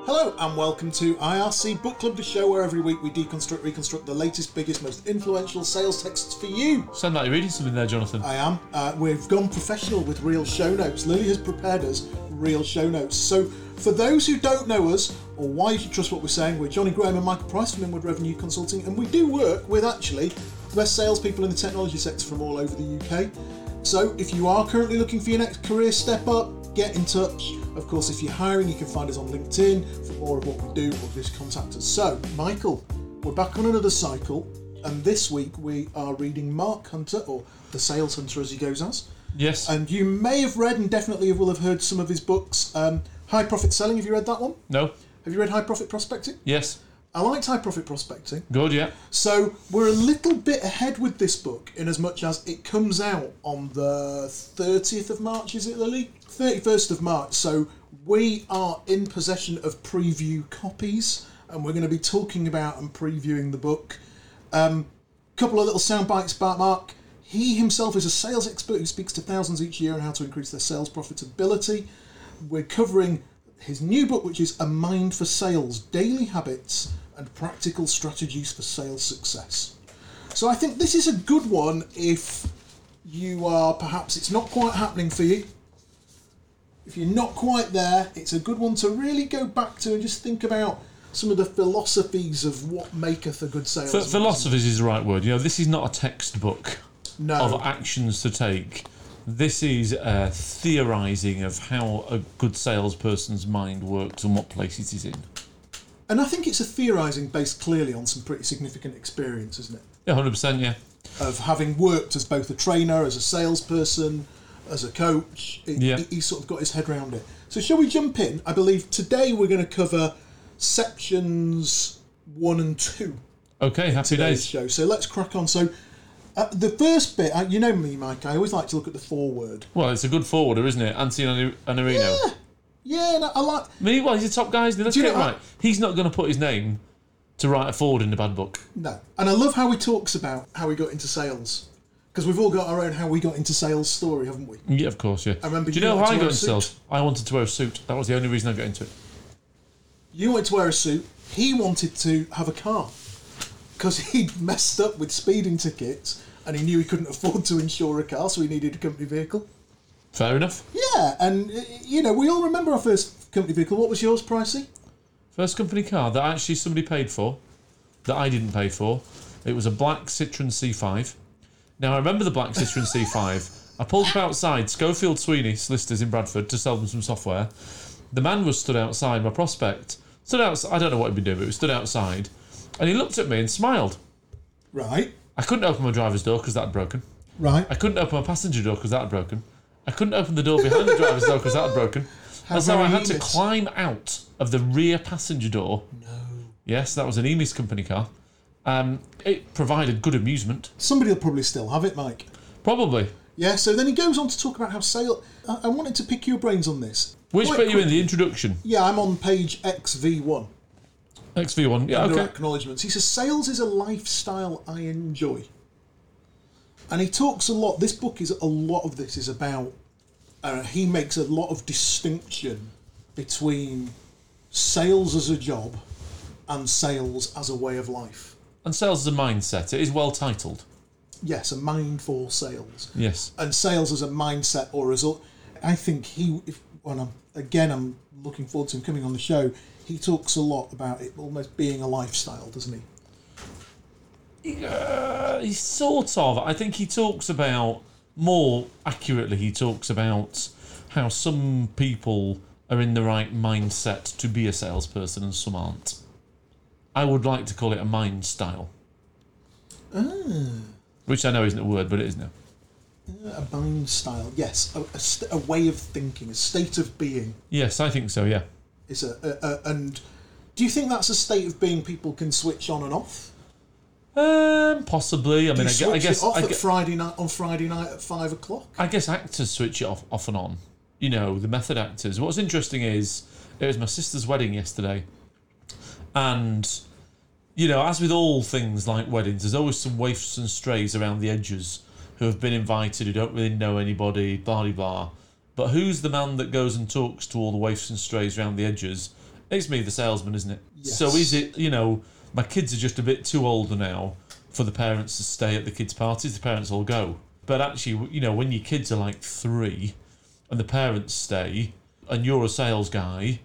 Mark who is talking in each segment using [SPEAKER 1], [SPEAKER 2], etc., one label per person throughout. [SPEAKER 1] Hello and welcome to IRC Book Club, the show where every week we deconstruct, reconstruct the latest, biggest, most influential sales texts for you.
[SPEAKER 2] Sound like you're reading something there, Jonathan.
[SPEAKER 1] I am. Uh, we've gone professional with real show notes. Lily has prepared us real show notes. So, for those who don't know us or why you should trust what we're saying, we're Johnny Graham and Michael Price from Inward Revenue Consulting, and we do work with actually the best salespeople in the technology sector from all over the UK. So, if you are currently looking for your next career step up, get in touch. Of course, if you're hiring, you can find us on LinkedIn for more of what we do or just contact us. So, Michael, we're back on another cycle, and this week we are reading Mark Hunter, or The Sales Hunter as he goes as.
[SPEAKER 2] Yes.
[SPEAKER 1] And you may have read and definitely will have heard some of his books. Um, High Profit Selling, have you read that one?
[SPEAKER 2] no.
[SPEAKER 1] Have you read High Profit Prospecting?
[SPEAKER 2] Yes.
[SPEAKER 1] I liked High Profit Prospecting.
[SPEAKER 2] Good. Yeah.
[SPEAKER 1] So we're a little bit ahead with this book in as much as it comes out on the 30th of March, is it, Lily? 31st of March. So we are in possession of preview copies and we're going to be talking about and previewing the book. A couple of little sound bites about Mark. He himself is a sales expert who speaks to thousands each year on how to increase their sales profitability. We're covering his new book, which is A Mind for Sales Daily Habits and Practical Strategies for Sales Success. So I think this is a good one if you are perhaps it's not quite happening for you. If you're not quite there, it's a good one to really go back to and just think about some of the philosophies of what maketh a good
[SPEAKER 2] Ph-
[SPEAKER 1] salesman.
[SPEAKER 2] philosophies is the right word. You know, this is not a textbook
[SPEAKER 1] no.
[SPEAKER 2] of actions to take. This is a theorising of how a good salesperson's mind works and what place it is in.
[SPEAKER 1] And I think it's a theorising based clearly on some pretty significant experience, isn't it?
[SPEAKER 2] Yeah, hundred percent. Yeah.
[SPEAKER 1] Of having worked as both a trainer, as a salesperson, as a coach. He-
[SPEAKER 2] Yeah.
[SPEAKER 1] he, he's sort of got his head around it. So, shall we jump in? I believe today we're going to cover sections one and two
[SPEAKER 2] Okay. Happy
[SPEAKER 1] today's
[SPEAKER 2] days.
[SPEAKER 1] show. So, let's crack on. So, uh, the first bit, uh, you know me, Mike, I always like to look at the foreword.
[SPEAKER 2] Well, it's a good forwarder, isn't it? Antonio Anarino.
[SPEAKER 1] Yeah, and I, I like.
[SPEAKER 2] Me? Well, he's a top guy. isn't he? Let's
[SPEAKER 1] Do you
[SPEAKER 2] get it
[SPEAKER 1] know what-
[SPEAKER 2] right. He's not going to put his name to write a forward in the bad book.
[SPEAKER 1] No. And I love how he talks about how he got into sales. Because we've all got our own how we got into sales story, haven't we?
[SPEAKER 2] Yeah, of course. Yeah. I
[SPEAKER 1] remember
[SPEAKER 2] Do you
[SPEAKER 1] you
[SPEAKER 2] know
[SPEAKER 1] wanted
[SPEAKER 2] how I
[SPEAKER 1] to
[SPEAKER 2] got
[SPEAKER 1] wear a
[SPEAKER 2] into
[SPEAKER 1] suit.
[SPEAKER 2] sales? I wanted to wear a suit. That was the only reason I got into it.
[SPEAKER 1] You wanted to wear a suit. He wanted to have a car because he'd messed up with speeding tickets and he knew he couldn't afford to insure a car, so he needed a company vehicle.
[SPEAKER 2] Fair enough.
[SPEAKER 1] Yeah, and uh, you know we all remember our first company vehicle. What was yours, Pricey?
[SPEAKER 2] First company car that actually somebody paid for, that I didn't pay for. It was a black Citroen C5. Now I remember the black Citroen C5. I pulled up outside Schofield Sweeney solicitors in Bradford to sell them some software. The man was stood outside. My prospect stood outside. I don't know what he'd been doing, but he was stood outside, and he looked at me and smiled.
[SPEAKER 1] Right,
[SPEAKER 2] I couldn't open my driver's door because that had broken.
[SPEAKER 1] right.
[SPEAKER 2] I couldn't open my passenger door because that had broken. I couldn't open the door behind the driver's door because that had broken.
[SPEAKER 1] How
[SPEAKER 2] and so
[SPEAKER 1] very
[SPEAKER 2] I had to
[SPEAKER 1] Emis.
[SPEAKER 2] climb out of the rear passenger door. No. Yes, that was an Emis company car. Um, it provided good amusement.
[SPEAKER 1] Somebody will probably still have it, Mike.
[SPEAKER 2] Probably.
[SPEAKER 1] Yeah. So then he goes on to talk about how sale. I, I wanted to pick your brains on this.
[SPEAKER 2] Which
[SPEAKER 1] Quite
[SPEAKER 2] bit are you in?
[SPEAKER 1] quick-
[SPEAKER 2] The introduction.
[SPEAKER 1] Yeah, I'm on page XV1.
[SPEAKER 2] XV1. Yeah,
[SPEAKER 1] under
[SPEAKER 2] okay.
[SPEAKER 1] acknowledgements. He says, Sales is a lifestyle I enjoy. And he talks a lot. This book is a lot of this is about. Uh, he makes a lot of distinction between sales as a job and sales as a way of life.
[SPEAKER 2] And sales is a mindset. It is well titled.
[SPEAKER 1] Yes, a mind for sales
[SPEAKER 2] Yes.
[SPEAKER 1] and sales as a mindset or result. I think he, if, when I'm again, I'm looking forward to him coming on the show. He talks a lot about it almost being a lifestyle, doesn't he?
[SPEAKER 2] Uh, he's sort of. I think he talks about more accurately. He talks about how some people are in the right mindset to be a salesperson and some aren't. I would like to call it a mind style,
[SPEAKER 1] Ah.
[SPEAKER 2] which I know isn't a word, but it is now.
[SPEAKER 1] A mind style, yes, a, a, st- a way of thinking, a state of being
[SPEAKER 2] Yes, I think so. Yeah,
[SPEAKER 1] is a, a, a. And do you think that's a state of being people can switch on and off?
[SPEAKER 2] um, possibly. I
[SPEAKER 1] Do
[SPEAKER 2] mean, I
[SPEAKER 1] you
[SPEAKER 2] gue-
[SPEAKER 1] switch
[SPEAKER 2] I guess
[SPEAKER 1] it off
[SPEAKER 2] I
[SPEAKER 1] at
[SPEAKER 2] gue-
[SPEAKER 1] Friday night on Friday night at five o'clock.
[SPEAKER 2] I guess actors switch it off, off and on. You know, the method actors. What's interesting is it was my sister's wedding yesterday, and you know, as with all things like weddings, there's always some waifs and strays around the edges who have been invited who don't really know anybody, blah blah blah. But who's the man that goes and talks to all the waifs and strays around the edges? it's me, the salesman, isn't it?
[SPEAKER 1] Yes.
[SPEAKER 2] So is it, you know, my kids are just a bit too older now for the parents to stay at the kids' parties. The parents all go. But actually, you know, when your kids are like three and the parents stay and you're a sales guy,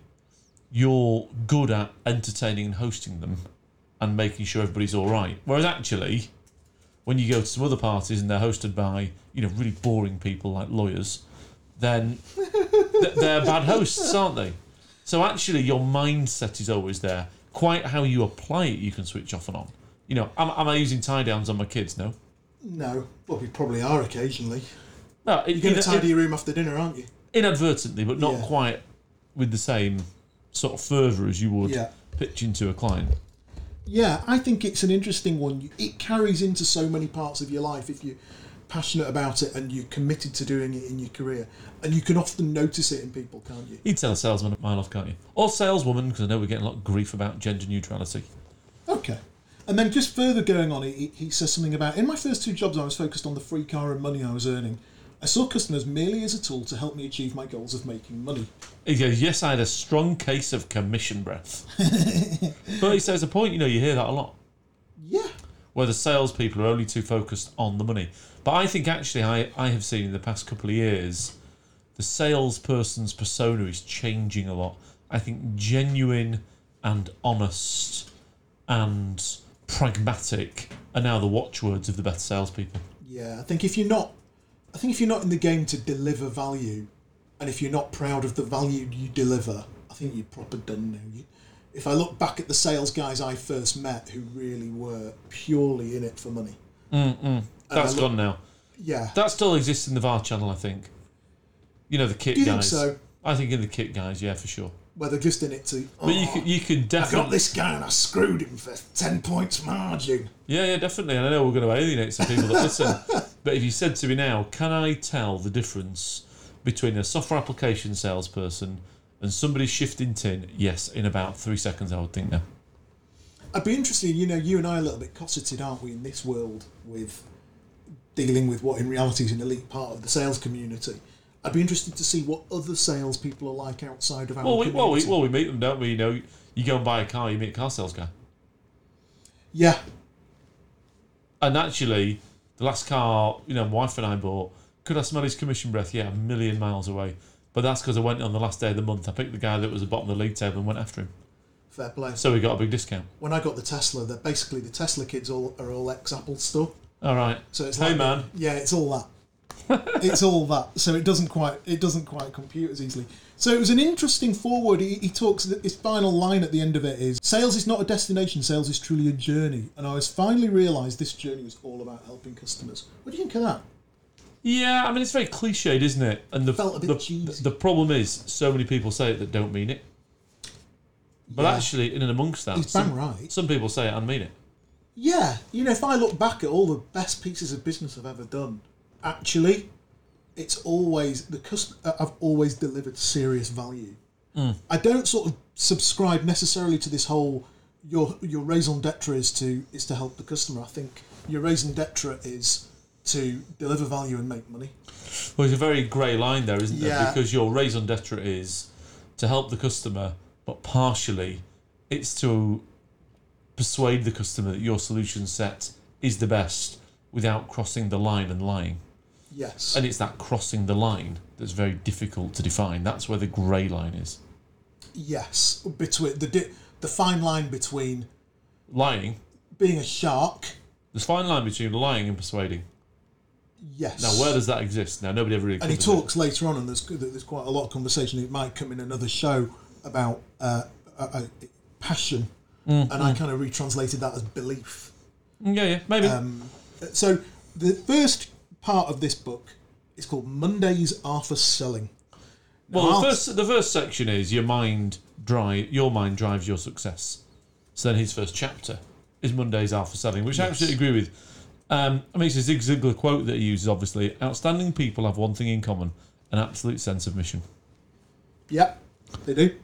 [SPEAKER 2] you're good at entertaining and hosting them and making sure everybody's all right. Whereas actually, when you go to some other parties and they're hosted by, you know, really boring people like lawyers, then th- they're bad hosts, aren't they? So actually, your mindset is always there. Quite how you apply it, you can switch off and on. You know, am, am I using tie downs on my kids? No.
[SPEAKER 1] No, well, we probably are occasionally.
[SPEAKER 2] No, it,
[SPEAKER 1] You're going
[SPEAKER 2] it-
[SPEAKER 1] to tidy your room after dinner, aren't you?
[SPEAKER 2] inadvertently, but not
[SPEAKER 1] Yeah.
[SPEAKER 2] quite with the same sort of fervour as you would
[SPEAKER 1] Yeah.
[SPEAKER 2] pitch into a client.
[SPEAKER 1] Yeah, I think it's an interesting one. It carries into so many parts of your life if you're passionate about it and you're committed to doing it in your career. And you can often notice it in people, can't you?
[SPEAKER 2] You'd tell a salesman a mile off, can't you? Or saleswoman, because I know we're getting a lot of grief about gender neutrality.
[SPEAKER 1] Okay. And then just further going on, he, he says something about in my first two jobs, I was focused on the free car and money I was earning. I saw customers merely as a tool to help me achieve my goals of making money.
[SPEAKER 2] He goes, Yes, I had a strong case of commission breath. but he says, a point, you know, you hear that a lot.
[SPEAKER 1] Yeah.
[SPEAKER 2] where the salespeople are only too focused on the money. But I think actually, I, I have seen in the past couple of years, the salesperson's persona is changing a lot. I think genuine and honest and pragmatic are now the watchwords of the best salespeople.
[SPEAKER 1] Yeah. I think if you're not I think if you're not in the game to deliver value and if you're not proud of the value you deliver, I think you're proper done now. You- If I look back at the sales guys I first met who really were purely in it for money.
[SPEAKER 2] That's
[SPEAKER 1] I
[SPEAKER 2] gone now.
[SPEAKER 1] Yeah.
[SPEAKER 2] That still exists in the VAR channel, I think. You know, the kit
[SPEAKER 1] Do you think
[SPEAKER 2] guys.
[SPEAKER 1] so?
[SPEAKER 2] I think in the kit guys, yeah, for sure.
[SPEAKER 1] Where they're just in it to
[SPEAKER 2] But you
[SPEAKER 1] "Oh,
[SPEAKER 2] could, you could
[SPEAKER 1] I got
[SPEAKER 2] definitely.
[SPEAKER 1] this guy and I screwed him for ten points margin.
[SPEAKER 2] Yeah, yeah, definitely. And I know we're going to alienate some people that listen. But if you said to me now, can I tell the difference between a software application salesperson and somebody shifting tin? Yes, in about three seconds, I would think now.
[SPEAKER 1] I'd be interested, you know, you and I are a little bit cosseted, aren't we, in this world with dealing with what in reality is an elite part of the sales community. I'd be interested to see what other salespeople are like outside of our
[SPEAKER 2] Well, we,
[SPEAKER 1] community.
[SPEAKER 2] well, we, well, we meet them, don't we? You know, you go and buy a car, you meet a car sales guy.
[SPEAKER 1] yeah,
[SPEAKER 2] And actually, the last car, you know, my wife and I bought, could I smell his commission breath? Yeah, a million miles away. But that's because I went on the last day of the month. I picked the guy that was at the bottom of the league table and went after him.
[SPEAKER 1] fair play.
[SPEAKER 2] So we got a big discount.
[SPEAKER 1] When I got the Tesla, they're basically the Tesla kids all are all ex Apple stuff.
[SPEAKER 2] All right.
[SPEAKER 1] So it's
[SPEAKER 2] Hey,
[SPEAKER 1] like,
[SPEAKER 2] man.
[SPEAKER 1] yeah, it's all that. it's all that. So it doesn't quite it doesn't quite compute as easily. So it was an interesting forward. He, he talks that his final line at the end of it is sales is not a destination, sales is truly a journey. And I was finally realised this journey was all about helping customers. What do you think of that?
[SPEAKER 2] Yeah, I mean it's very cliched, isn't it? And the
[SPEAKER 1] Felt a bit
[SPEAKER 2] the,
[SPEAKER 1] cheesy.
[SPEAKER 2] the problem is so many people say it that don't mean it. But
[SPEAKER 1] Yeah.
[SPEAKER 2] actually, in and amongst that,
[SPEAKER 1] He's bang
[SPEAKER 2] some,
[SPEAKER 1] right.
[SPEAKER 2] some people say it and mean it.
[SPEAKER 1] Yeah. You know, if I look back at all the best pieces of business I've ever done, actually, it's always the customer. I've always delivered serious value.
[SPEAKER 2] Hmm.
[SPEAKER 1] I don't sort of subscribe necessarily to this whole your your raison d'être is to is to help the customer. I think your raison d'être is to deliver value and make money.
[SPEAKER 2] Well, it's a very grey line there, isn't
[SPEAKER 1] Yeah.
[SPEAKER 2] there? Because your raison d'être is to help the customer, but partially it's to persuade the customer that your solution set is the best without crossing the line and lying.
[SPEAKER 1] Yes.
[SPEAKER 2] And it's that crossing the line that's very difficult to define. That's where the grey line is.
[SPEAKER 1] yes. Between the di- the fine line between
[SPEAKER 2] Lying
[SPEAKER 1] being a shark.
[SPEAKER 2] There's a fine line between lying and persuading.
[SPEAKER 1] Yes.
[SPEAKER 2] Now, where does that exist? Now, nobody ever really.
[SPEAKER 1] and he
[SPEAKER 2] covers it.
[SPEAKER 1] talks later on, and there's there's quite a lot of conversation. It might come in another show about uh, uh, uh, passion, and I kind of retranslated that as belief.
[SPEAKER 2] Mm, Yeah, yeah, maybe.
[SPEAKER 1] So the first part of this book is called Mondays Are for Selling.
[SPEAKER 2] well,
[SPEAKER 1] I'll-
[SPEAKER 2] the first, the first section is your mind drive. Your mind drives your success. So then, his first chapter is Mondays are for selling, which I absolutely agree with. Um, I mean, it's a Zig Ziglar quote that he uses. Obviously, outstanding people have one thing in common: an absolute sense of mission.
[SPEAKER 1] Yep, they do.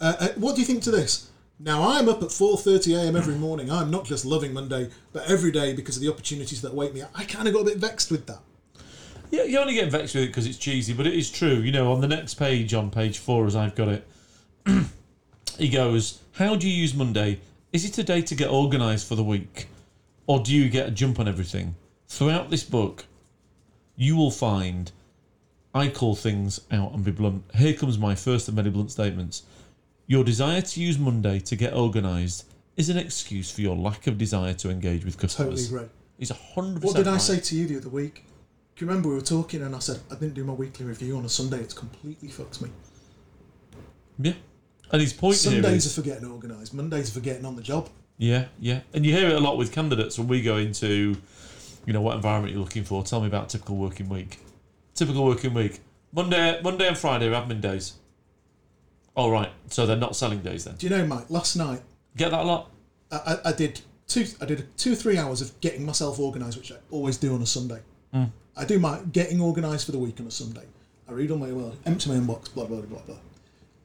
[SPEAKER 1] Uh, uh, what do you think to this? Now I'm up at 4:30 a.m. every morning. I'm not just loving Monday, but every day because of the opportunities that wait me. I kind of got a bit vexed with that.
[SPEAKER 2] Yeah, you only get vexed with it because it's cheesy, but it is true. You know, on the next page, on page four, as I've got it, He goes, How do you use Monday? Is it a day to get organised for the week? Or do you get a jump on everything? Throughout this book, you will find I call things out and be blunt. Here comes my first of many blunt statements. Your desire to use Monday to get organised is an excuse for your lack of desire to engage with
[SPEAKER 1] Totally
[SPEAKER 2] customers.
[SPEAKER 1] agree.
[SPEAKER 2] He's 100%
[SPEAKER 1] What did I
[SPEAKER 2] right.
[SPEAKER 1] say to you the other week? Do you remember we were talking and I said I didn't do my weekly review on a Sunday? It's completely fucks me.
[SPEAKER 2] Yeah. And his point
[SPEAKER 1] Some
[SPEAKER 2] here
[SPEAKER 1] days
[SPEAKER 2] is,
[SPEAKER 1] are for getting organised. Mondays are for getting on the job.
[SPEAKER 2] yeah, yeah. And you hear it a lot with candidates when we go into, you know, what environment you're looking for. Tell me about a typical working week. Typical working week. Monday, Monday and Friday are admin days. All right. So they're not selling days then.
[SPEAKER 1] Do you know, Mike? Last night
[SPEAKER 2] Get that a lot?
[SPEAKER 1] I, I, I did two. I did two or three hours of getting myself organised, which I always do on a Sunday. I do my getting organised for the week on a Sunday. I read all my well, empty my inbox, blah blah blah blah.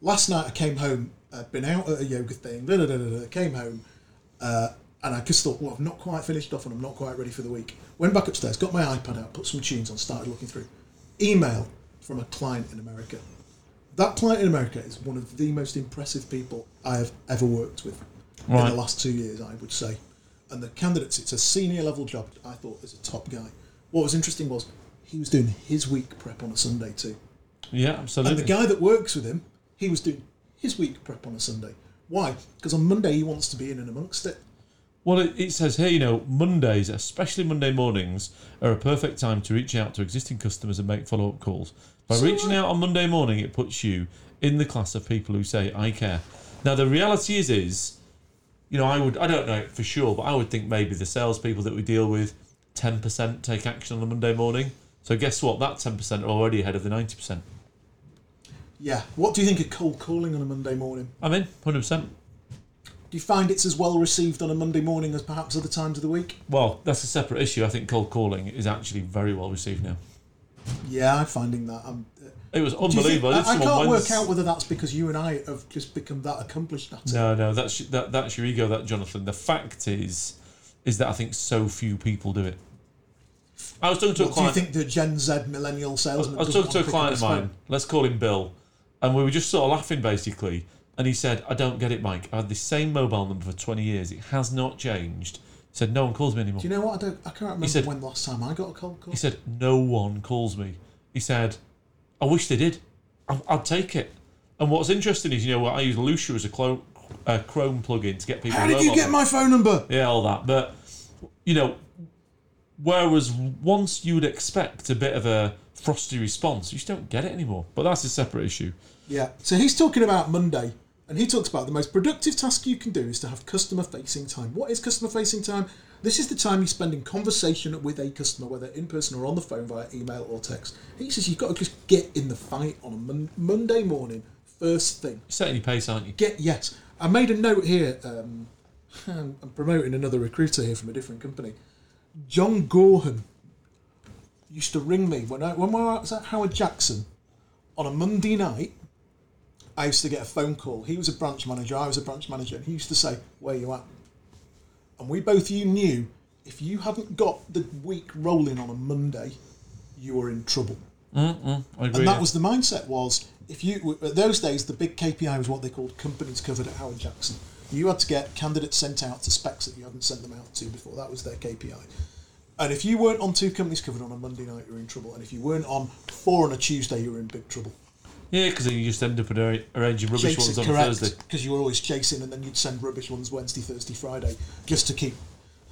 [SPEAKER 1] Last night I came home. I'd been out at a yoga thing. Da, da, da, da, da, came home, uh, and I just thought, well, I've not quite finished off, and I'm not quite ready for the week. Went back upstairs, got my iPad out, put some tunes on, started looking through. Email from a client in America. That client in America is one of the most impressive people I have ever worked with in
[SPEAKER 2] Right.
[SPEAKER 1] the last two years, I would say. And the candidates, it's a senior level job. I thought as a top guy. What was interesting was he was doing his week prep on a Sunday too.
[SPEAKER 2] Yeah,
[SPEAKER 1] And the
[SPEAKER 2] absolutely.
[SPEAKER 1] guy that works with him, he was doing his week prep on a Sunday. Why? Because on Monday he wants to be in and amongst it.
[SPEAKER 2] Well, it, it says here, you know, Mondays, especially Monday mornings, are a perfect time to reach out to existing customers and make follow up calls. By reaching out on Monday morning, it puts you in the class of people who say, I care. Now, the reality is, is, you know, I would, I don't know it for sure, but I would think maybe the salespeople that we deal with, 10% take action on a Monday morning. So guess what? That 10% are already ahead of the 90%.
[SPEAKER 1] Yeah. What do you think of cold calling on a Monday morning?
[SPEAKER 2] I'm in, 100%.
[SPEAKER 1] Do you find it's as well received on a Monday morning as perhaps other times of the week?
[SPEAKER 2] Well, that's a separate issue. I think cold calling is actually very well received now.
[SPEAKER 1] Yeah, I'm finding that. I'm, uh,
[SPEAKER 2] It was
[SPEAKER 1] do you think-
[SPEAKER 2] unbelievable.
[SPEAKER 1] I,
[SPEAKER 2] did
[SPEAKER 1] I
[SPEAKER 2] someone
[SPEAKER 1] can't work
[SPEAKER 2] Wednes-
[SPEAKER 1] out whether that's because you and I have just become that accomplished at it.
[SPEAKER 2] No, no, that's that, that's your ego, that Jonathan. The fact is, is that I think so few people do it. I was talking to a
[SPEAKER 1] What do you
[SPEAKER 2] client.
[SPEAKER 1] think the Gen Z millennial salesman?
[SPEAKER 2] I was talking to a client of mine. Let's call him Bill, and we were just sort of laughing basically. And he said, "I don't get it, Mike. I've had the same mobile number for twenty years. It has not changed." He said, "No one calls me anymore."
[SPEAKER 1] Do you know what? I don't. I can't remember
[SPEAKER 2] said-
[SPEAKER 1] when the last time I got a cold call.
[SPEAKER 2] He said, "No one calls me." He said, "I wish they did. I- I'd take it." And what's interesting is, you know, I use Lucia as a clone, uh, Chrome plugin to get people.
[SPEAKER 1] How did you
[SPEAKER 2] mobile
[SPEAKER 1] get my phone number?
[SPEAKER 2] yeah, all that. But you know, whereas once you'd expect a bit of a frosty response, you just don't get it anymore. But that's a separate issue.
[SPEAKER 1] Yeah. So he's talking about Monday, and he talks about the most productive task you can do is to have customer facing time. What is customer facing time? This is the time you spend in conversation with a customer, whether in person or on the phone via email or text. He says you've got to just get in the fight on a mon- Monday morning, first thing.
[SPEAKER 2] You're setting your pace, aren't you?
[SPEAKER 1] Get yes. I made a note here. Um, I'm I'm promoting another recruiter here from a different company. John Gorham used to ring me when I when we were at Howard Jackson on a Monday night. I used to get a phone call. He was a branch manager. I was a branch manager, and he used to say, "Where you at?" And we both you knew if you haven't got the week rolling on a Monday, you are in trouble.
[SPEAKER 2] I agree.
[SPEAKER 1] And
[SPEAKER 2] yeah.
[SPEAKER 1] that was the mindset was if you at those days the big KPI was what they called companies covered at Howard Jackson. You had to get candidates sent out to specs that you hadn't sent them out to before. That was their KPI. And if you weren't on two companies covered on a Monday night, you were in trouble. And if you weren't on four on a Tuesday, you were in big trouble.
[SPEAKER 2] yeah, because then you just end up arra- arranging rubbish
[SPEAKER 1] Chasing,
[SPEAKER 2] ones on
[SPEAKER 1] correct,
[SPEAKER 2] Thursday.
[SPEAKER 1] because you were always chasing, and then you'd send rubbish ones Wednesday, Thursday, Friday, just to keep.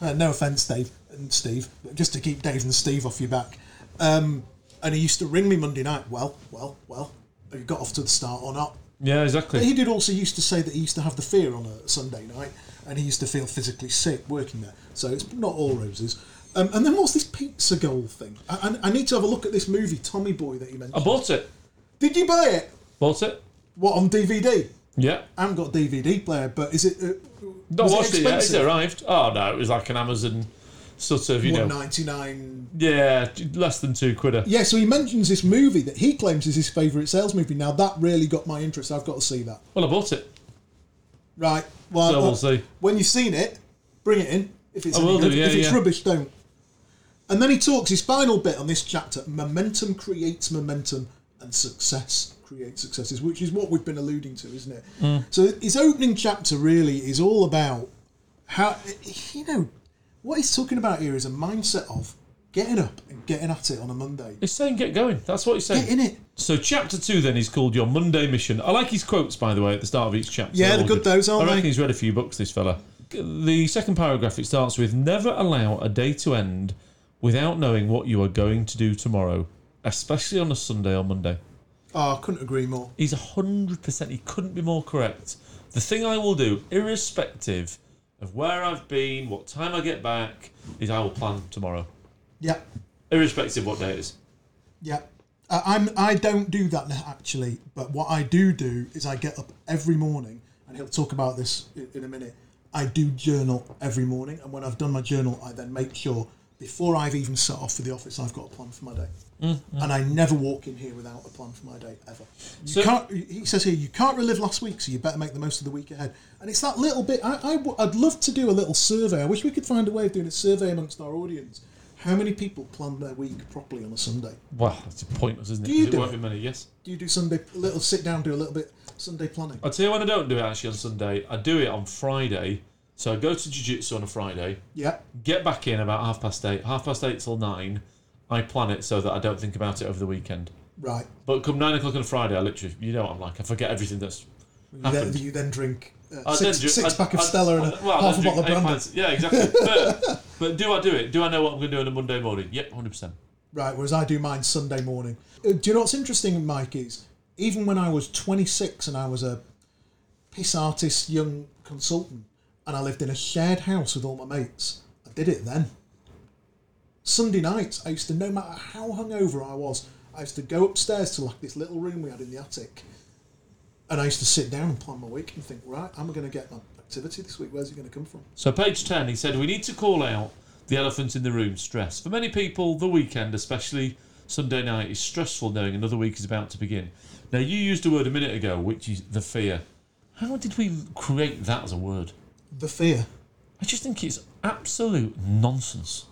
[SPEAKER 1] Uh, no offense, Dave and Steve, but just to keep Dave and Steve off your back. Um, and he used to ring me Monday night. Well, well, well, have you got off to the start or not?
[SPEAKER 2] Yeah,
[SPEAKER 1] But
[SPEAKER 2] exactly.
[SPEAKER 1] he did also used to say that he used to have the fear on a Sunday night, and he used to feel physically sick working there. So it's not all roses. Um, and then what's this pizza goal thing? I, I, I need to have a look at this movie, Tommy Boy, that you
[SPEAKER 2] I
[SPEAKER 1] mentioned.
[SPEAKER 2] bought it.
[SPEAKER 1] Did you buy it?
[SPEAKER 2] Bought it.
[SPEAKER 1] What on DVD?
[SPEAKER 2] Yeah.
[SPEAKER 1] I haven't got a DVD player, but is it? Uh,
[SPEAKER 2] Not
[SPEAKER 1] was
[SPEAKER 2] watched it, yet. It's
[SPEAKER 1] expensive?
[SPEAKER 2] arrived. Oh no, it was like an Amazon sort of, you
[SPEAKER 1] One
[SPEAKER 2] know,
[SPEAKER 1] ninety nine.
[SPEAKER 2] yeah, less than two quidder.
[SPEAKER 1] Yeah, so he mentions this movie that he claims is his favourite sales movie. Now that really got my interest. I've got to see that.
[SPEAKER 2] Well, I bought it.
[SPEAKER 1] Right. Well,
[SPEAKER 2] So we'll
[SPEAKER 1] uh,
[SPEAKER 2] see.
[SPEAKER 1] When you've seen it, bring it in. If it's
[SPEAKER 2] I
[SPEAKER 1] any
[SPEAKER 2] will do,
[SPEAKER 1] good.
[SPEAKER 2] yeah,
[SPEAKER 1] if it's
[SPEAKER 2] yeah.
[SPEAKER 1] rubbish, don't. And then he talks his final bit on this chapter. Momentum creates momentum, and success create successes, which is what we've been alluding to, isn't it?
[SPEAKER 2] Mm.
[SPEAKER 1] So his opening chapter really is all about how you know what he's talking about here is a mindset of getting up and getting at it on a Monday.
[SPEAKER 2] He's saying get going. That's what he's saying.
[SPEAKER 1] Get in it.
[SPEAKER 2] So chapter two then is called Your Monday Mission. I like his quotes by the way at the start of each chapter.
[SPEAKER 1] Yeah, they're
[SPEAKER 2] all
[SPEAKER 1] good those, aren't
[SPEAKER 2] I reckon
[SPEAKER 1] they?
[SPEAKER 2] he's read a few books, this fella. The second paragraph it starts with never allow a day to end without knowing what you are going to do tomorrow, especially on a Sunday or Monday.
[SPEAKER 1] Oh, I couldn't agree more.
[SPEAKER 2] He's hundred percent he couldn't be more correct. The thing I will do, irrespective of where I've been, what time I get back, is I will plan tomorrow.
[SPEAKER 1] Yeah,
[SPEAKER 2] Irrespective of what day it is.
[SPEAKER 1] yeah. Uh, I'm. I don't do that now, actually. But what I do do is I get up every morning, and he'll talk about this in, in a minute. I do journal every morning, and when I've done my journal, I then make sure before I've even set off for the office, I've got a plan for my day. And I never walk in here without a plan for my day ever. You
[SPEAKER 2] So-
[SPEAKER 1] can't. He says here, you can't relive last week, so you better make the most of the week ahead. And it's that little bit. I, I w- I'd love to do a little survey. I wish we could find a way of doing a survey amongst our audience. How many people plan their week properly on a Sunday?
[SPEAKER 2] Well, that's pointless, isn't it?
[SPEAKER 1] Do you
[SPEAKER 2] 'Cause it
[SPEAKER 1] do
[SPEAKER 2] won't
[SPEAKER 1] it?
[SPEAKER 2] be many, yes.
[SPEAKER 1] Do you do Sunday a little sit down, do a little bit Sunday planning?
[SPEAKER 2] I'll tell you when I don't do it actually on Sunday. I do it on Friday. So I go to Jiu Jitsu on a Friday,
[SPEAKER 1] Yeah,
[SPEAKER 2] get back in about half past eight, half past eight till nine. I plan it so that I don't think about it over the weekend.
[SPEAKER 1] right.
[SPEAKER 2] But come nine o'clock on a Friday, I literally, you know what I'm like, I forget everything that's.
[SPEAKER 1] You then,
[SPEAKER 2] Happened.
[SPEAKER 1] you then drink uh,
[SPEAKER 2] I
[SPEAKER 1] six,
[SPEAKER 2] then ju-
[SPEAKER 1] six
[SPEAKER 2] I-
[SPEAKER 1] pack of
[SPEAKER 2] I-
[SPEAKER 1] Stella and
[SPEAKER 2] I-
[SPEAKER 1] a
[SPEAKER 2] well, I
[SPEAKER 1] half a
[SPEAKER 2] then
[SPEAKER 1] bottle of
[SPEAKER 2] drink eight
[SPEAKER 1] brandy.
[SPEAKER 2] pints. Yeah, exactly. but, but do I do it? Do I know what I'm going to do on a Monday morning? Yep, 100%.
[SPEAKER 1] Right, whereas I do mine Sunday morning. Uh, Do you know what's interesting, Mike, is even when I was 26 and I was a piss artist young consultant and I lived in a shared house with all my mates, I did it then. Sunday nights, I used to, no matter how hungover I was, I used to go upstairs to like this little room we had in the attic and I used to sit down and plan my week and think, right, I'm going to get my activity this week. Where's it going to come from?
[SPEAKER 2] So, page 10, he said, We need to call out the elephant in the room stress. For many people, the weekend, especially Sunday night, is stressful knowing another week is about to begin. Now, you used a word a minute ago, which is the fear. How did we create that as a word?
[SPEAKER 1] The fear.
[SPEAKER 2] I just think it's absolute nonsense.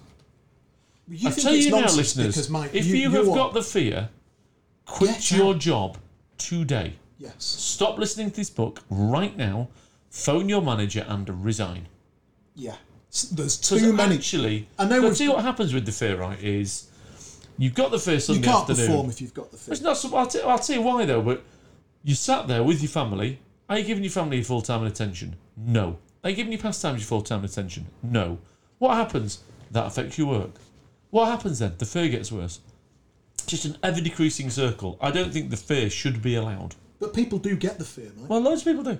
[SPEAKER 1] You
[SPEAKER 2] I
[SPEAKER 1] think
[SPEAKER 2] tell
[SPEAKER 1] it's
[SPEAKER 2] you now,
[SPEAKER 1] nonsense
[SPEAKER 2] listeners,
[SPEAKER 1] because, Mike,
[SPEAKER 2] if
[SPEAKER 1] you,
[SPEAKER 2] you, have
[SPEAKER 1] are-
[SPEAKER 2] got the fear, quit
[SPEAKER 1] Get
[SPEAKER 2] your
[SPEAKER 1] out.
[SPEAKER 2] job today.
[SPEAKER 1] Yes.
[SPEAKER 2] Stop listening to this book right now. Phone your manager and resign.
[SPEAKER 1] Yeah. S- There's
[SPEAKER 2] Because
[SPEAKER 1] too many.
[SPEAKER 2] Actually,
[SPEAKER 1] I know
[SPEAKER 2] I'll
[SPEAKER 1] we've-
[SPEAKER 2] tell you what happens with the fear, right? Is you've got the fear
[SPEAKER 1] You
[SPEAKER 2] Sunday
[SPEAKER 1] can't
[SPEAKER 2] afternoon.
[SPEAKER 1] perform if you've got the fear.
[SPEAKER 2] It's not. so- I'll, t- I'll tell you why though. But you sat there with your family. Are you giving your family your full time and attention? No. Are you giving your pastimes your full time and attention? No. What happens? That affects your work. What happens then? The fear gets worse. Just an ever decreasing circle. I don't think the fear should be allowed.
[SPEAKER 1] But people do get the fear, Mike.
[SPEAKER 2] Well, loads of people do.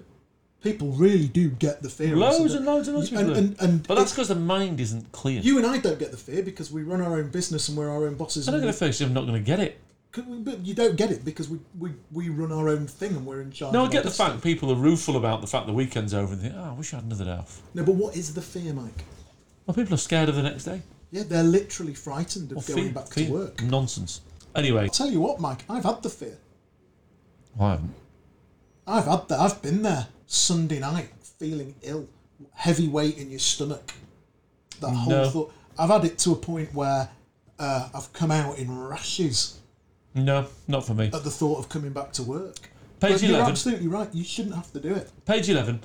[SPEAKER 1] People really do get the fear.
[SPEAKER 2] Loads
[SPEAKER 1] isn't
[SPEAKER 2] and
[SPEAKER 1] it?
[SPEAKER 2] loads and loads of
[SPEAKER 1] And,
[SPEAKER 2] people do.
[SPEAKER 1] and, and
[SPEAKER 2] But that's because the mind isn't clear.
[SPEAKER 1] you and I don't get the fear because we run our own business and we're our own bosses.
[SPEAKER 2] I'm not
[SPEAKER 1] And
[SPEAKER 2] going
[SPEAKER 1] we,
[SPEAKER 2] to face it. I'm not going to get it.
[SPEAKER 1] Could we- but you don't get it because we, we, we run our own thing and we're in charge.
[SPEAKER 2] No, I
[SPEAKER 1] of
[SPEAKER 2] get
[SPEAKER 1] our
[SPEAKER 2] the
[SPEAKER 1] destiny.
[SPEAKER 2] fact people are rueful about the fact the weekend's over and think, oh, I wish I had another day off.
[SPEAKER 1] No, but what is the fear, Mike?
[SPEAKER 2] Well, people are scared of the next day.
[SPEAKER 1] Yeah, they're literally frightened of
[SPEAKER 2] Well,
[SPEAKER 1] going
[SPEAKER 2] fear-
[SPEAKER 1] back to
[SPEAKER 2] fear-
[SPEAKER 1] work.
[SPEAKER 2] Nonsense. Anyway,
[SPEAKER 1] I'll tell you what, Mike, I've had the fear.
[SPEAKER 2] well, I haven't.
[SPEAKER 1] I've had that. I've been there Sunday night, feeling ill, heavy weight in your stomach. That whole
[SPEAKER 2] No.
[SPEAKER 1] thought. I've had it to a point where uh, I've come out in rashes
[SPEAKER 2] No, not for me.
[SPEAKER 1] at the thought of coming back to work.
[SPEAKER 2] Page
[SPEAKER 1] Uh, But you're
[SPEAKER 2] 11.
[SPEAKER 1] absolutely right. You shouldn't have to do it.
[SPEAKER 2] Page 11.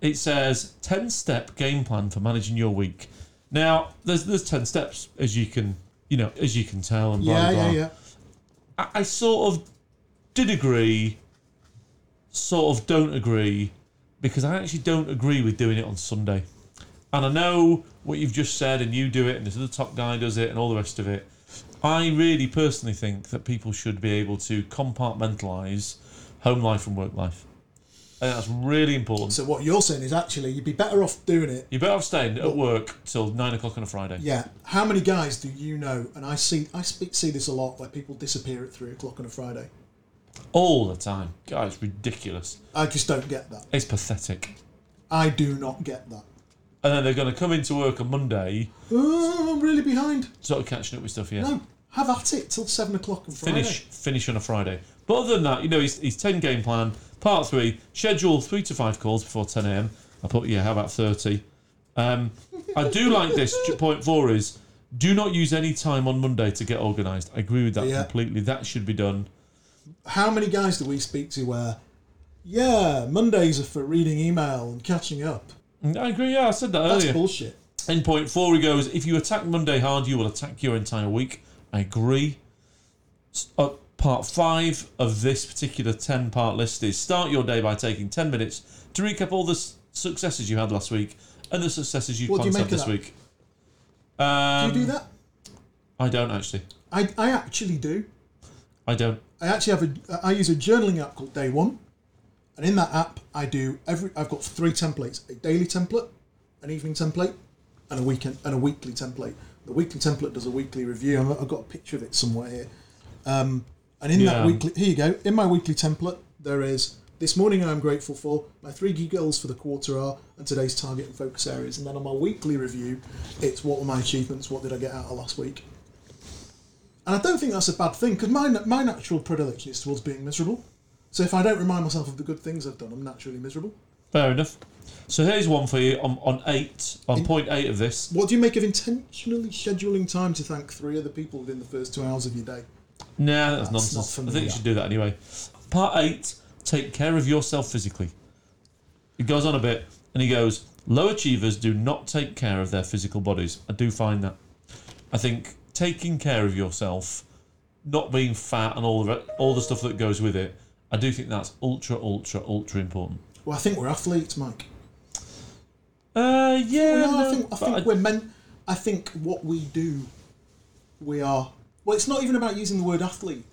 [SPEAKER 2] It says 10 step game plan for managing your week. Now, there's there's 10 steps as you can, you know, as you can tell and blah
[SPEAKER 1] yeah,
[SPEAKER 2] blah. blah.
[SPEAKER 1] yeah, yeah.
[SPEAKER 2] I, I sort of did agree, sort of don't agree, because I actually don't agree with doing it on Sunday. And I know what you've just said, and you do it, and this other top guy does it, and all the rest of it. I really personally think that people should be able to compartmentalise home life and work life. And that's really important.
[SPEAKER 1] So what you're saying is actually you'd be better off doing it.
[SPEAKER 2] You're better off staying at work till nine o'clock on a Friday.
[SPEAKER 1] Yeah. How many guys do you know? And I see, I speak, see this a lot where people disappear at three o'clock on a Friday.
[SPEAKER 2] All the time. God, it's ridiculous.
[SPEAKER 1] I just don't get that.
[SPEAKER 2] It's pathetic.
[SPEAKER 1] I do not get that.
[SPEAKER 2] And then they're going to come into work on Monday
[SPEAKER 1] Oh, I'm really behind.
[SPEAKER 2] sort of catching up with stuff here.
[SPEAKER 1] No, have at it till seven o'clock on Friday.
[SPEAKER 2] Finish, finish on a Friday. But other than that, you know, he's, he's 10 game plan, part three, schedule three to five calls before 10 a.m. I put, yeah, how about 30? Um, I do like this. J- Point four is do not use any time on Monday to get organised. I agree with that
[SPEAKER 1] Yeah.
[SPEAKER 2] completely. That should be done.
[SPEAKER 1] how many guys do we speak to where, yeah, Mondays are for reading email and catching up?
[SPEAKER 2] I agree. Yeah, I said that
[SPEAKER 1] That's
[SPEAKER 2] earlier.
[SPEAKER 1] bullshit.
[SPEAKER 2] In point four, he goes, if you attack Monday hard, you will attack your entire week. I agree. S- Uh, part five of this particular 10 part list is start your day by taking 10 minutes to recap all the s- successes you had last week and the successes you've
[SPEAKER 1] What do you
[SPEAKER 2] planned to
[SPEAKER 1] make
[SPEAKER 2] have this
[SPEAKER 1] of
[SPEAKER 2] week. Um,
[SPEAKER 1] Do you do that?
[SPEAKER 2] I don't actually.
[SPEAKER 1] I, I actually do.
[SPEAKER 2] I don't.
[SPEAKER 1] I actually have a I use a journaling app called Day One, and in that app I do every I've got three templates: a daily template, an evening template, and a weekend and a weekly template. The weekly template does a weekly review. I've I've got a picture of it somewhere here. Um, and in
[SPEAKER 2] Yeah.
[SPEAKER 1] that weekly, here you go. In my weekly template, there is this morning I am grateful for. My three key goals for the quarter are, and today's target and focus areas. And then on my weekly review, it's what were my achievements? What did I get out of last week? And I don't think that's a bad thing because my, my natural predilection is towards being miserable. So if I don't remind myself of the good things I've done, I'm naturally miserable.
[SPEAKER 2] Fair enough. So here's one for you on, on eight, on point eight of this.
[SPEAKER 1] What do you make of intentionally scheduling time to thank three other people within the first two hours of your day?
[SPEAKER 2] Nah, that's,
[SPEAKER 1] That's
[SPEAKER 2] nonsense.
[SPEAKER 1] not for
[SPEAKER 2] I think
[SPEAKER 1] me,
[SPEAKER 2] you
[SPEAKER 1] that.
[SPEAKER 2] should do that anyway. Part eight: Take care of yourself physically. It goes on a bit, and he goes: Low achievers do not take care of their physical bodies. I do find that. I think taking care of yourself, not being fat, and all the re- all the stuff that goes with it. I do think that's ultra, ultra, ultra important.
[SPEAKER 1] Well, I think we're athletes, Mike.
[SPEAKER 2] Uh, yeah.
[SPEAKER 1] Well, no, I
[SPEAKER 2] no,
[SPEAKER 1] think I
[SPEAKER 2] but
[SPEAKER 1] think we're meant. I think what we do, we are. Well, it's not even about using the word athlete.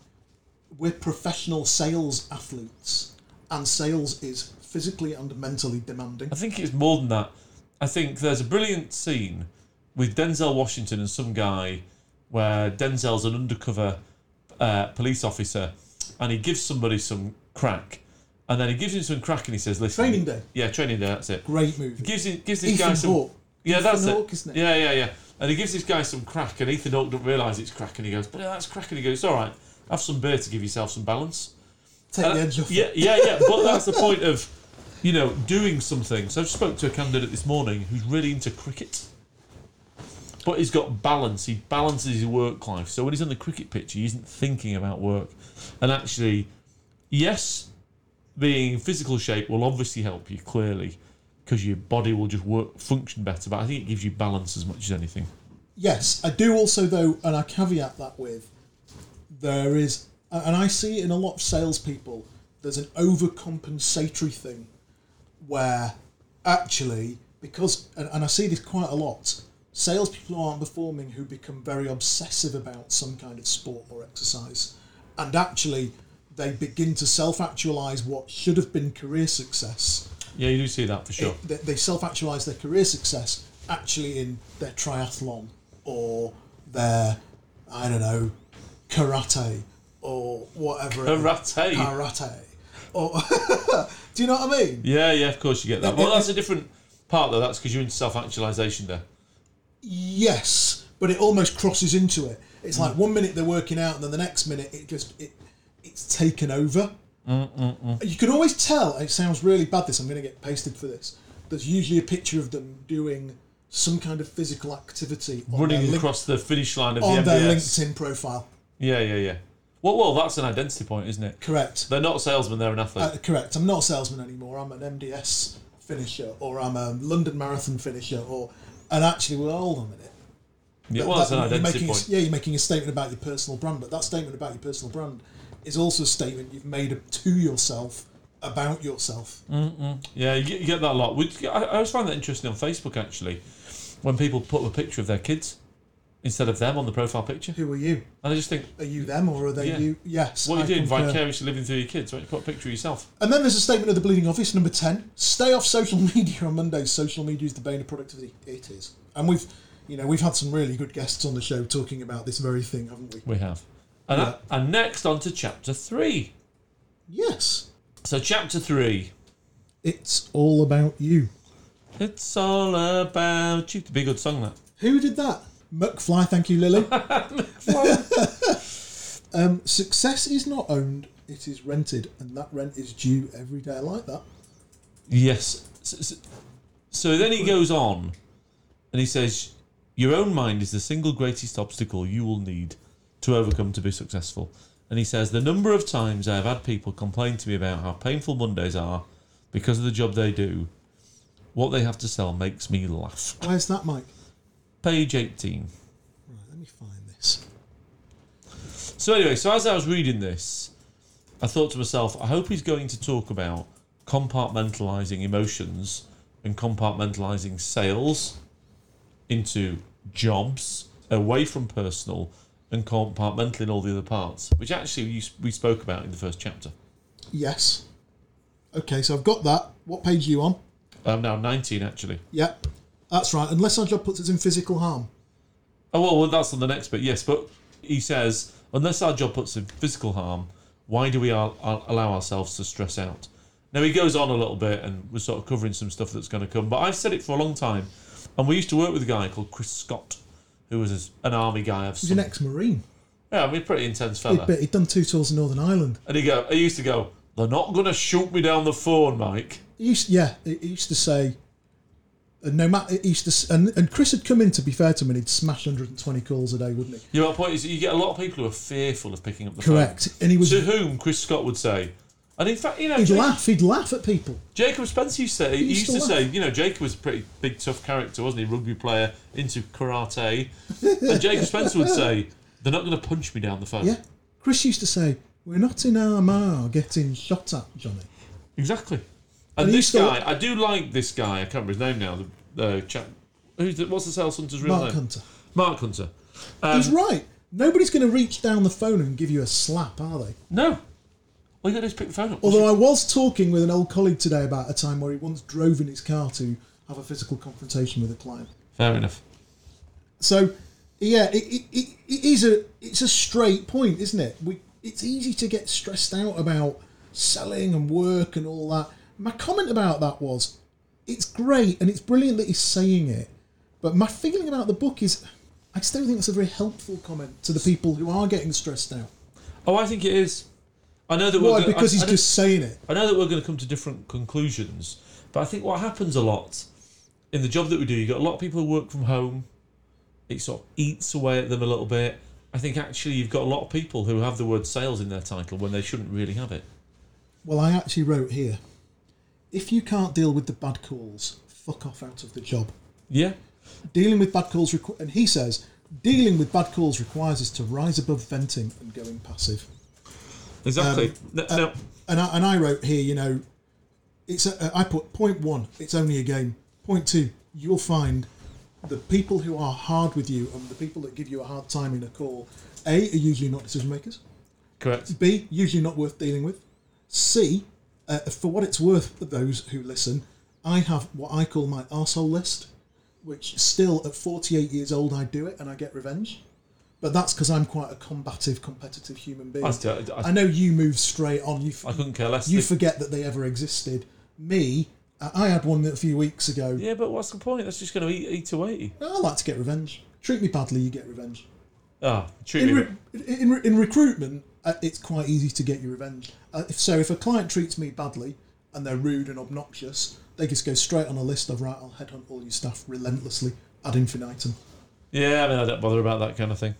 [SPEAKER 1] We're professional sales athletes, and sales is physically and mentally demanding.
[SPEAKER 2] I think it's more than that. I think there's a brilliant scene with Denzel Washington and some guy where Denzel's an undercover uh, police officer and he gives somebody some crack. And then he gives him some crack and he says, listen.
[SPEAKER 1] Training Day.
[SPEAKER 2] Yeah, training day, that's it.
[SPEAKER 1] Great movie.
[SPEAKER 2] Gives, him, gives this guy
[SPEAKER 1] Ethan
[SPEAKER 2] some.
[SPEAKER 1] Hawke.
[SPEAKER 2] Yeah,
[SPEAKER 1] Ethan
[SPEAKER 2] that's
[SPEAKER 1] Hawke,
[SPEAKER 2] it.
[SPEAKER 1] isn't it?
[SPEAKER 2] Yeah, yeah, yeah. And he gives this guy some crack, and Ethan Hawke doesn't realise it's crack, and he goes, "But that's crack," and he goes, "All right, have some beer to give yourself some balance."
[SPEAKER 1] Take the edge off.
[SPEAKER 2] Uh, Yeah, yeah, yeah. But that's the point of, you know, doing something. So I spoke to a candidate this morning who's really into cricket, but he's got balance. He balances his work life. So when he's on the cricket pitch, he isn't thinking about work. And actually, yes, being in physical shape will obviously help you clearly because your body will just work function better. But I think it gives you balance as much as anything.
[SPEAKER 1] Yes, I do also though, and I caveat that with there is, and I see it in a lot of salespeople. There's an overcompensatory thing where actually because and, and I see this quite a lot. Salespeople who aren't performing who become very obsessive about some kind of sport or exercise, and actually they begin to self-actualize what should have been career success
[SPEAKER 2] Yeah, you do see that for sure.
[SPEAKER 1] they, they self-actualize their career success actually in their triathlon or their I don't know karate or whatever it-
[SPEAKER 2] Karate.
[SPEAKER 1] karate or do you know what I mean
[SPEAKER 2] Yeah, yeah, of course you get that. Well, that's a different part though. That's because you're in self actualization there.
[SPEAKER 1] yes but it almost crosses into it it's
[SPEAKER 2] Mm.
[SPEAKER 1] like one minute they're working out and then the next minute it just it it's taken over you can always tell it sounds really bad this I'm going to get pasted for this there's usually a picture of them doing some kind of physical activity on their
[SPEAKER 2] running
[SPEAKER 1] link-
[SPEAKER 2] across the finish line of
[SPEAKER 1] on
[SPEAKER 2] the
[SPEAKER 1] their
[SPEAKER 2] MBS.
[SPEAKER 1] LinkedIn profile.
[SPEAKER 2] Yeah, yeah, yeah. Well, well, that's an identity point, isn't it?
[SPEAKER 1] Correct.
[SPEAKER 2] They're not a salesman; they're an athlete.
[SPEAKER 1] Uh, correct. I'm not a salesman anymore. I'm an MDS finisher, or I'm a London Marathon finisher, or and actually, well, hold on a minute.
[SPEAKER 2] yeah, well, that's an
[SPEAKER 1] That- you're
[SPEAKER 2] identity
[SPEAKER 1] making a s-
[SPEAKER 2] point.
[SPEAKER 1] yeah, you're making a statement about your personal brand, but that statement about your personal brand is also a statement you've made to yourself about yourself.
[SPEAKER 2] Hmm. Yeah, you, get- you get that a lot. We, I, I always find that interesting on Facebook actually, when people put a picture of their kids instead of them on the profile picture,
[SPEAKER 1] Who are you?
[SPEAKER 2] and I just think,
[SPEAKER 1] Are you them, or are they
[SPEAKER 2] Yeah.
[SPEAKER 1] you? Yes.
[SPEAKER 2] what are
[SPEAKER 1] I uh,
[SPEAKER 2] you doing?
[SPEAKER 1] concur.
[SPEAKER 2] Vicariously living through your kids. Why don't you put a picture of yourself?
[SPEAKER 1] And then there's a statement of the bleeding obvious, number 10. Stay off social media on Mondays. Social media is the bane of productivity. It is. And we've, you know, we've had some really good guests on the show talking about this very thing, haven't we?
[SPEAKER 2] We have, and
[SPEAKER 1] Yeah.
[SPEAKER 2] and next on to chapter three.
[SPEAKER 1] Yes.
[SPEAKER 2] So chapter three.
[SPEAKER 1] It's all about you.
[SPEAKER 2] It's all about you. It'd be a good song, that.
[SPEAKER 1] Who did that? McFly, thank you, Lily. um, success is not owned, it is rented, and that rent is due every day. I like that.
[SPEAKER 2] Yes. So, so- so then he goes on and he says, Your own mind is the single greatest obstacle you will need to overcome to be successful. And he says, The number of times I have had people complain to me about how painful Mondays are because of the job they do, what they have to sell makes me laugh.
[SPEAKER 1] Where's that, Mike?
[SPEAKER 2] Page 18.
[SPEAKER 1] Right, let me find this.
[SPEAKER 2] So anyway, so as I was reading this, I thought to myself, I hope he's going to talk about compartmentalizing emotions and compartmentalizing sales into jobs away from personal and compartmentaling all the other parts, which actually you, we spoke about in the first chapter.
[SPEAKER 1] Yes. Okay, so I've got that. What page are you on?
[SPEAKER 2] I'm Um, now 19 actually.
[SPEAKER 1] Yep. That's right. Unless our job puts us in physical harm.
[SPEAKER 2] Oh well, well, that's on the next bit. Yes, but he says unless our job puts in physical harm, why do we al- al- allow ourselves to stress out? Now he goes on a little bit, and we're sort of covering some stuff that's going to come. But I've said it for a long time, and we used to work with a guy called Chris Scott, who was an army guy of
[SPEAKER 1] He's an
[SPEAKER 2] some.
[SPEAKER 1] ex-marine.
[SPEAKER 2] Yeah, I mean, pretty intense fella.
[SPEAKER 1] He'd, be- he'd done two tours in Northern Ireland.
[SPEAKER 2] And he go, he used to go, "They're not going to shoot me down the phone, Mike."
[SPEAKER 1] He used, yeah, he he used to say, and no matter, he used to, s- and, and Chris had come in. To be fair to him, and he'd smash 120 calls a day, wouldn't he?
[SPEAKER 2] You know, my point is, you get a lot of people who are fearful of picking up the
[SPEAKER 1] Correct. And he
[SPEAKER 2] phone.
[SPEAKER 1] was,
[SPEAKER 2] To whom Chris Scott would say, and in fact, you know,
[SPEAKER 1] he'd
[SPEAKER 2] Jason-
[SPEAKER 1] laugh, he'd laugh at people.
[SPEAKER 2] Jacob Spencer used to say, he used
[SPEAKER 1] used
[SPEAKER 2] to,
[SPEAKER 1] to
[SPEAKER 2] say, you know, Jacob was a pretty big, tough character, wasn't he? Rugby player, into karate. and Jacob Spencer would say, they're not going to punch me down the phone.
[SPEAKER 1] Yeah. Chris used to say, "We're not in Armagh getting shot at, Johnny."
[SPEAKER 2] Exactly. And,
[SPEAKER 1] And he used
[SPEAKER 2] this
[SPEAKER 1] to-
[SPEAKER 2] guy, I do like this guy, I can't remember his name now, the, the chap. Who's the, what's the sales hunter's real
[SPEAKER 1] Mark
[SPEAKER 2] name?
[SPEAKER 1] Hunter.
[SPEAKER 2] Mark Hunter.
[SPEAKER 1] He's right. Nobody's going to reach down the phone and give you a slap, are they?
[SPEAKER 2] No. All you got to do is pick the phone up.
[SPEAKER 1] Although I was talking with an old colleague today about a time where he once drove in his car to have a physical confrontation with a client.
[SPEAKER 2] Fair enough.
[SPEAKER 1] So, yeah, it, it, it, it is a it's a straight point, isn't it? We it's easy to get stressed out about selling and work and all that. My comment about that was, it's great and it's brilliant that he's saying it, but my feeling about the book is, I just don't think that's a very helpful comment to the people who are getting stressed out.
[SPEAKER 2] Oh, I think it is. I know that we're
[SPEAKER 1] Why?
[SPEAKER 2] gonna-
[SPEAKER 1] Because
[SPEAKER 2] I-
[SPEAKER 1] he's
[SPEAKER 2] I don't-
[SPEAKER 1] just saying it.
[SPEAKER 2] I know that we're going to come to different conclusions, but I think what happens a lot in the job that we do, you've got a lot of people who work from home. It sort of eats away at them a little bit. I think actually you've got a lot of people who have the word sales in their title when they shouldn't really have it.
[SPEAKER 1] Well, I actually wrote here, if you can't deal with the bad calls, fuck off out of the job.
[SPEAKER 2] Yeah.
[SPEAKER 1] Dealing with bad calls, requ- and he says, dealing with bad calls requires us to rise above venting and going passive.
[SPEAKER 2] Exactly.
[SPEAKER 1] Um,
[SPEAKER 2] No- no.
[SPEAKER 1] And I, and I wrote here, you know, it's a, I put point one, it's only a game. Point two, you'll find the people who are hard with you and the people that give you a hard time in a call, A, are usually not decision makers.
[SPEAKER 2] Correct.
[SPEAKER 1] B, usually not worth dealing with. C, uh, for what it's worth, for those who listen, I have what I call my arsehole list, which still at 48 years old I do it and I get revenge. But that's because I'm quite a combative, competitive human being.
[SPEAKER 2] I,
[SPEAKER 1] I,
[SPEAKER 2] I, I
[SPEAKER 1] know you move straight on. You, f-
[SPEAKER 2] couldn't care less.
[SPEAKER 1] you
[SPEAKER 2] They-
[SPEAKER 1] forget that they ever existed. Me, I I had one a few weeks ago.
[SPEAKER 2] yeah, but what's the point? That's just going to eat, eat away.
[SPEAKER 1] I like to get revenge. Treat me badly, you get revenge.
[SPEAKER 2] Ah, treat me.
[SPEAKER 1] in, re- in, re- in recruitment, uh, it's quite easy to get your revenge. Uh, if so, if a client treats me badly and they're rude and obnoxious, they just go straight on a list of right. I'll headhunt all your staff relentlessly ad infinitum.
[SPEAKER 2] Yeah, I mean, I don't bother about that kind of thing.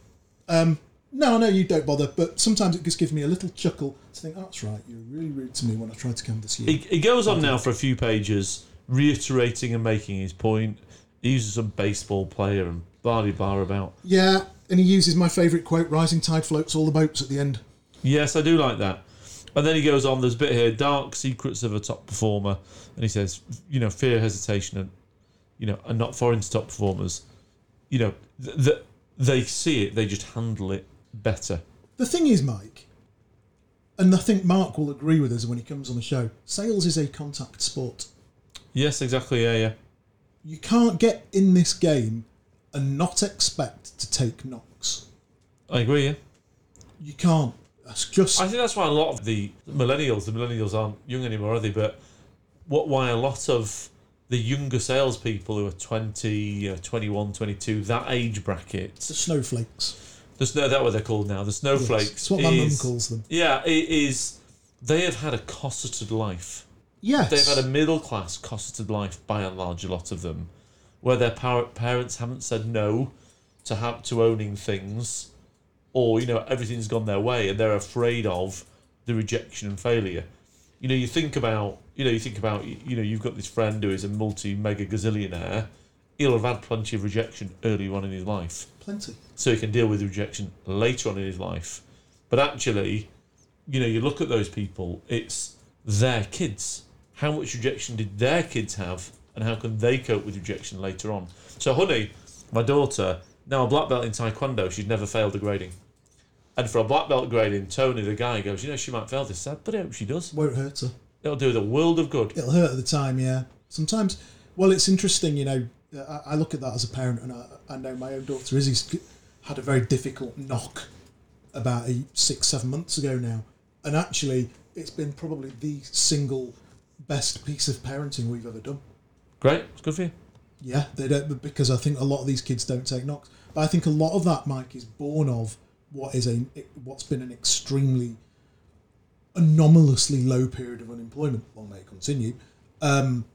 [SPEAKER 1] No, I know you don't bother, but sometimes it just gives me a little chuckle to think, oh, that's right, you're really rude to me when I tried to canvass you.
[SPEAKER 2] He, he goes on now for a few pages, reiterating and making his point. He uses a baseball player and barley bar about.
[SPEAKER 1] yeah, and he uses my favourite quote, rising tide floats all the boats at the end.
[SPEAKER 2] Yes, I do like that. And then he goes on. There's a bit here, dark secrets of a top performer, and he says, you know, fear, hesitation, and you know, are not foreign to top performers. You know, th- th- they see it, they just handle it better.
[SPEAKER 1] The thing is, Mike, and I think Mark will agree with us when he comes on the show, sales is a contact sport.
[SPEAKER 2] Yes, exactly. Yeah, yeah.
[SPEAKER 1] you can't get in this game and not expect to take knocks.
[SPEAKER 2] I agree. Yeah.
[SPEAKER 1] You can't. That's just
[SPEAKER 2] I think that's why a lot of the millennials, the millennials aren't young anymore, are they? But what why a lot of the younger salespeople who are 20, you know, 21, 22, that age bracket,
[SPEAKER 1] the snowflakes.
[SPEAKER 2] there's no that what they're called now, the snowflakes.
[SPEAKER 1] It's what my mum
[SPEAKER 2] is-
[SPEAKER 1] calls them.
[SPEAKER 2] Yeah, it is. They have had a cosseted life.
[SPEAKER 1] Yes.
[SPEAKER 2] They've had a middle class cosseted life by and large. A lot of them, where their par- parents haven't said no to have to owning things, or you know everything's gone their way and they're afraid of the rejection and failure. You know, you think about you know you think about y- you know you've got this friend who is a multi mega gazillionaire. He'll have had plenty of rejection early on in his life
[SPEAKER 1] Plenty.
[SPEAKER 2] so he can deal with rejection later on in his life. But actually, you know, you look at those people, it's their kids. How much rejection did their kids have, and how can they cope with rejection later on? So, honey, my daughter, now a black belt in taekwondo, she's never failed a grading. And for a black belt grading, Tony, the guy, goes, You know, she might fail this, Dad, but I hope she does.
[SPEAKER 1] Won't hurt her.
[SPEAKER 2] It'll do the world of good.
[SPEAKER 1] It'll hurt at the time, yeah. Sometimes, well, it's interesting, you know. I, I look at that as a parent, and I, I know my own daughter Izzy's g- had a very difficult knock about eight, six, seven months ago now, and actually, it's been probably the single best piece of parenting we've ever done.
[SPEAKER 2] Great, it's good for you.
[SPEAKER 1] Yeah, they don't but because I think a lot of these kids don't take knocks. But I think a lot of that, Mike, is born of what is a e, what's been an extremely anomalously low period of unemployment. Long may it continue, um,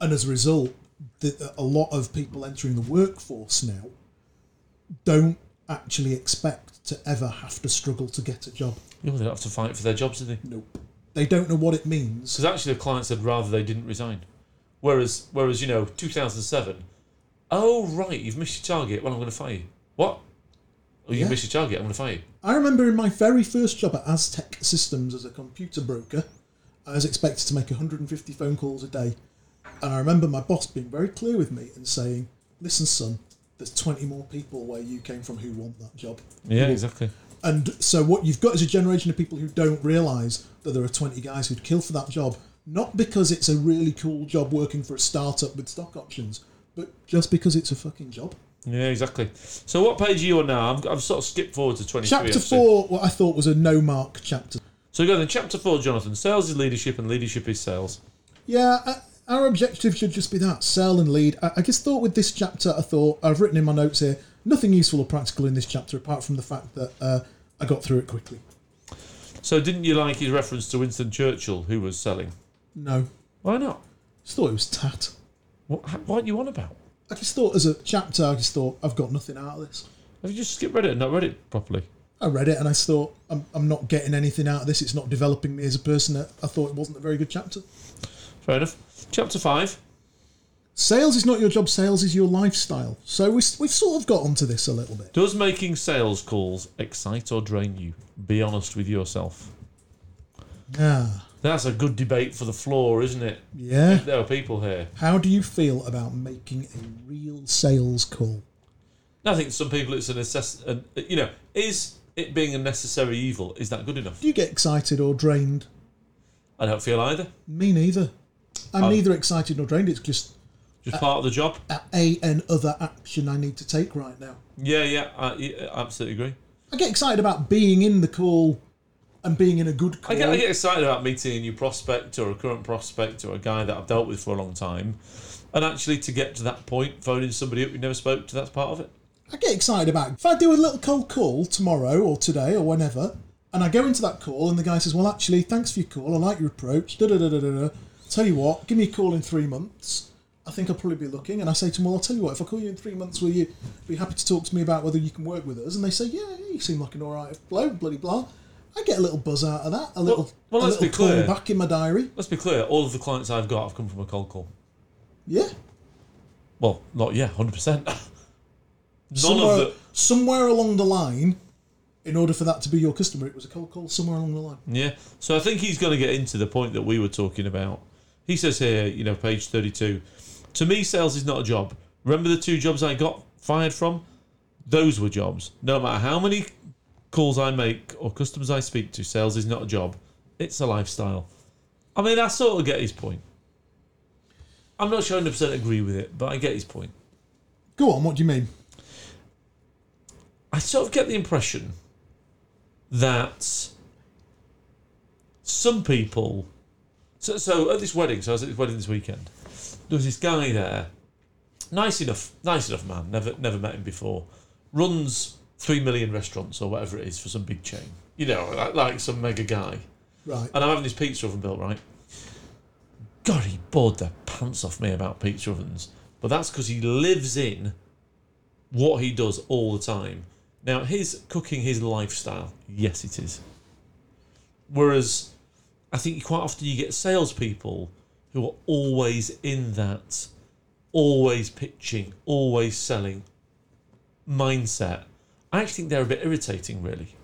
[SPEAKER 1] and as a result, the, a lot of people entering the workforce now don't actually expect to ever have to struggle to get a job.
[SPEAKER 2] You know, they don't have to fight for their jobs, do they?
[SPEAKER 1] Nope, they don't know what it means.
[SPEAKER 2] because actually the client said rather they didn't resign. Whereas, whereas you know, 2007, oh right, you've missed your target. Well, I'm going to fire you. What? Oh, you
[SPEAKER 1] Yeah.
[SPEAKER 2] missed your target. I'm going to fire you.
[SPEAKER 1] I remember in my very first job at Aztec Systems as a computer broker, I was expected to make 150 phone calls a day. And I remember my boss being very clear with me and saying, Listen, son, there's 20 more people where you came from who want that job.
[SPEAKER 2] Yeah, exactly.
[SPEAKER 1] And so what you've got is a generation of people who don't realise that there are 20 guys who'd kill for that job, not because it's a really cool job working for a startup with stock options, but just because it's a fucking job.
[SPEAKER 2] Yeah, exactly. So what page are you on now? I've, I've sort of skipped forward to 23.
[SPEAKER 1] Chapter
[SPEAKER 2] actually.
[SPEAKER 1] 4, what I thought was a no mark chapter.
[SPEAKER 2] So go then. Chapter four, Jonathan. Sales is leadership, and leadership is sales.
[SPEAKER 1] Yeah, uh, our objective should just be that sell and lead. I, I just thought with this chapter, I thought I've written in my notes here nothing useful or practical in this chapter apart from the fact that uh, I got through it quickly.
[SPEAKER 2] So didn't you like his reference to Winston Churchill, who was selling?
[SPEAKER 1] No,
[SPEAKER 2] Why not?
[SPEAKER 1] just thought it was tat.
[SPEAKER 2] What, how- what are you on about?
[SPEAKER 1] I just thought as a chapter, I just thought I've got nothing out of this.
[SPEAKER 2] Have you just skipped read it and not read it properly?
[SPEAKER 1] I read it and I just thought I'm, I'm not getting anything out of this. It's not developing me as a person. I I thought it wasn't a very good chapter.
[SPEAKER 2] Fair enough. Chapter five.
[SPEAKER 1] Sales is not your job. Sales is your lifestyle. So we, s- we've sort of got onto this a little bit.
[SPEAKER 2] Does making sales calls excite or drain you? Be honest with yourself.
[SPEAKER 1] Ah,
[SPEAKER 2] That's a good debate for the floor, isn't it?
[SPEAKER 1] yeah.
[SPEAKER 2] There are people here.
[SPEAKER 1] How do you feel about making a real sales call?
[SPEAKER 2] And I think some people it's a necess- an You know, is it being a necessary evil? Is that good enough?
[SPEAKER 1] Do you get excited or drained?
[SPEAKER 2] I don't feel either.
[SPEAKER 1] Me neither. I'm
[SPEAKER 2] Oh.
[SPEAKER 1] neither excited nor drained. It's just
[SPEAKER 2] Just part of the job.
[SPEAKER 1] a, a an other action I need to take right now.
[SPEAKER 2] Yeah, yeah, I, yeah, I absolutely agree.
[SPEAKER 1] I get excited about being in the call and being in a good
[SPEAKER 2] I
[SPEAKER 1] call.
[SPEAKER 2] get, I get excited about meeting a new prospect or a current prospect or a guy that I've dealt with for a long time. And actually, to get to that point, phoning somebody up you never spoke to, that's part of it.
[SPEAKER 1] I get excited about if I do a little cold call tomorrow or today or whenever, and I go into that call and the guy says, "Well, actually, thanks for your call. I like your approach." Da da da da da. Tell you what, give me a call in three months. I think I'll probably be looking, and I say to them, "Well, I'll tell you what. If I call you in three months, will you be happy to talk to me about whether you can work with us?" And they say, "Yeah, yeah you seem like an alright bloke." Bloody blah. I get a little buzz out of that. A little,
[SPEAKER 2] well,
[SPEAKER 1] a
[SPEAKER 2] let's
[SPEAKER 1] little
[SPEAKER 2] be clear.
[SPEAKER 1] call back in my diary.
[SPEAKER 2] Let's be clear all of the clients I've got have come from a cold call.
[SPEAKER 1] Yeah.
[SPEAKER 2] Well, not yeah, hundred percent. None
[SPEAKER 1] somewhere,
[SPEAKER 2] of the
[SPEAKER 1] somewhere along the line, in order for that to be your customer, it was a cold call somewhere along the line.
[SPEAKER 2] yeah. So I think he's going to get into the point that we were talking about. He says here, you know, page thirty-two. To me, sales is not a job. Remember the two jobs I got fired from? Those were jobs. No matter how many calls I make or customers I speak to, sales is not a job. It's a lifestyle. I mean, I sort of get his point. I'm not sure 100% agree with it, but I get his point.
[SPEAKER 1] Go on, what do you mean?
[SPEAKER 2] I sort of get the impression that some people. So, so at this wedding, so I was at this wedding this weekend. There was this guy there, nice enough, nice enough man. Never, never met him before. Runs three million restaurants or whatever it is for some big chain. You know, like, like some mega guy.
[SPEAKER 1] Right.
[SPEAKER 2] And I'm having this pizza oven built, right? God, he bored the pants off me about pizza ovens. But that's because he lives in what he does all the time. Now, his cooking, his lifestyle, yes, it is. Whereas, I think quite often you get salespeople who are always in that, always pitching, always selling mindset. I actually think they're a bit irritating, really.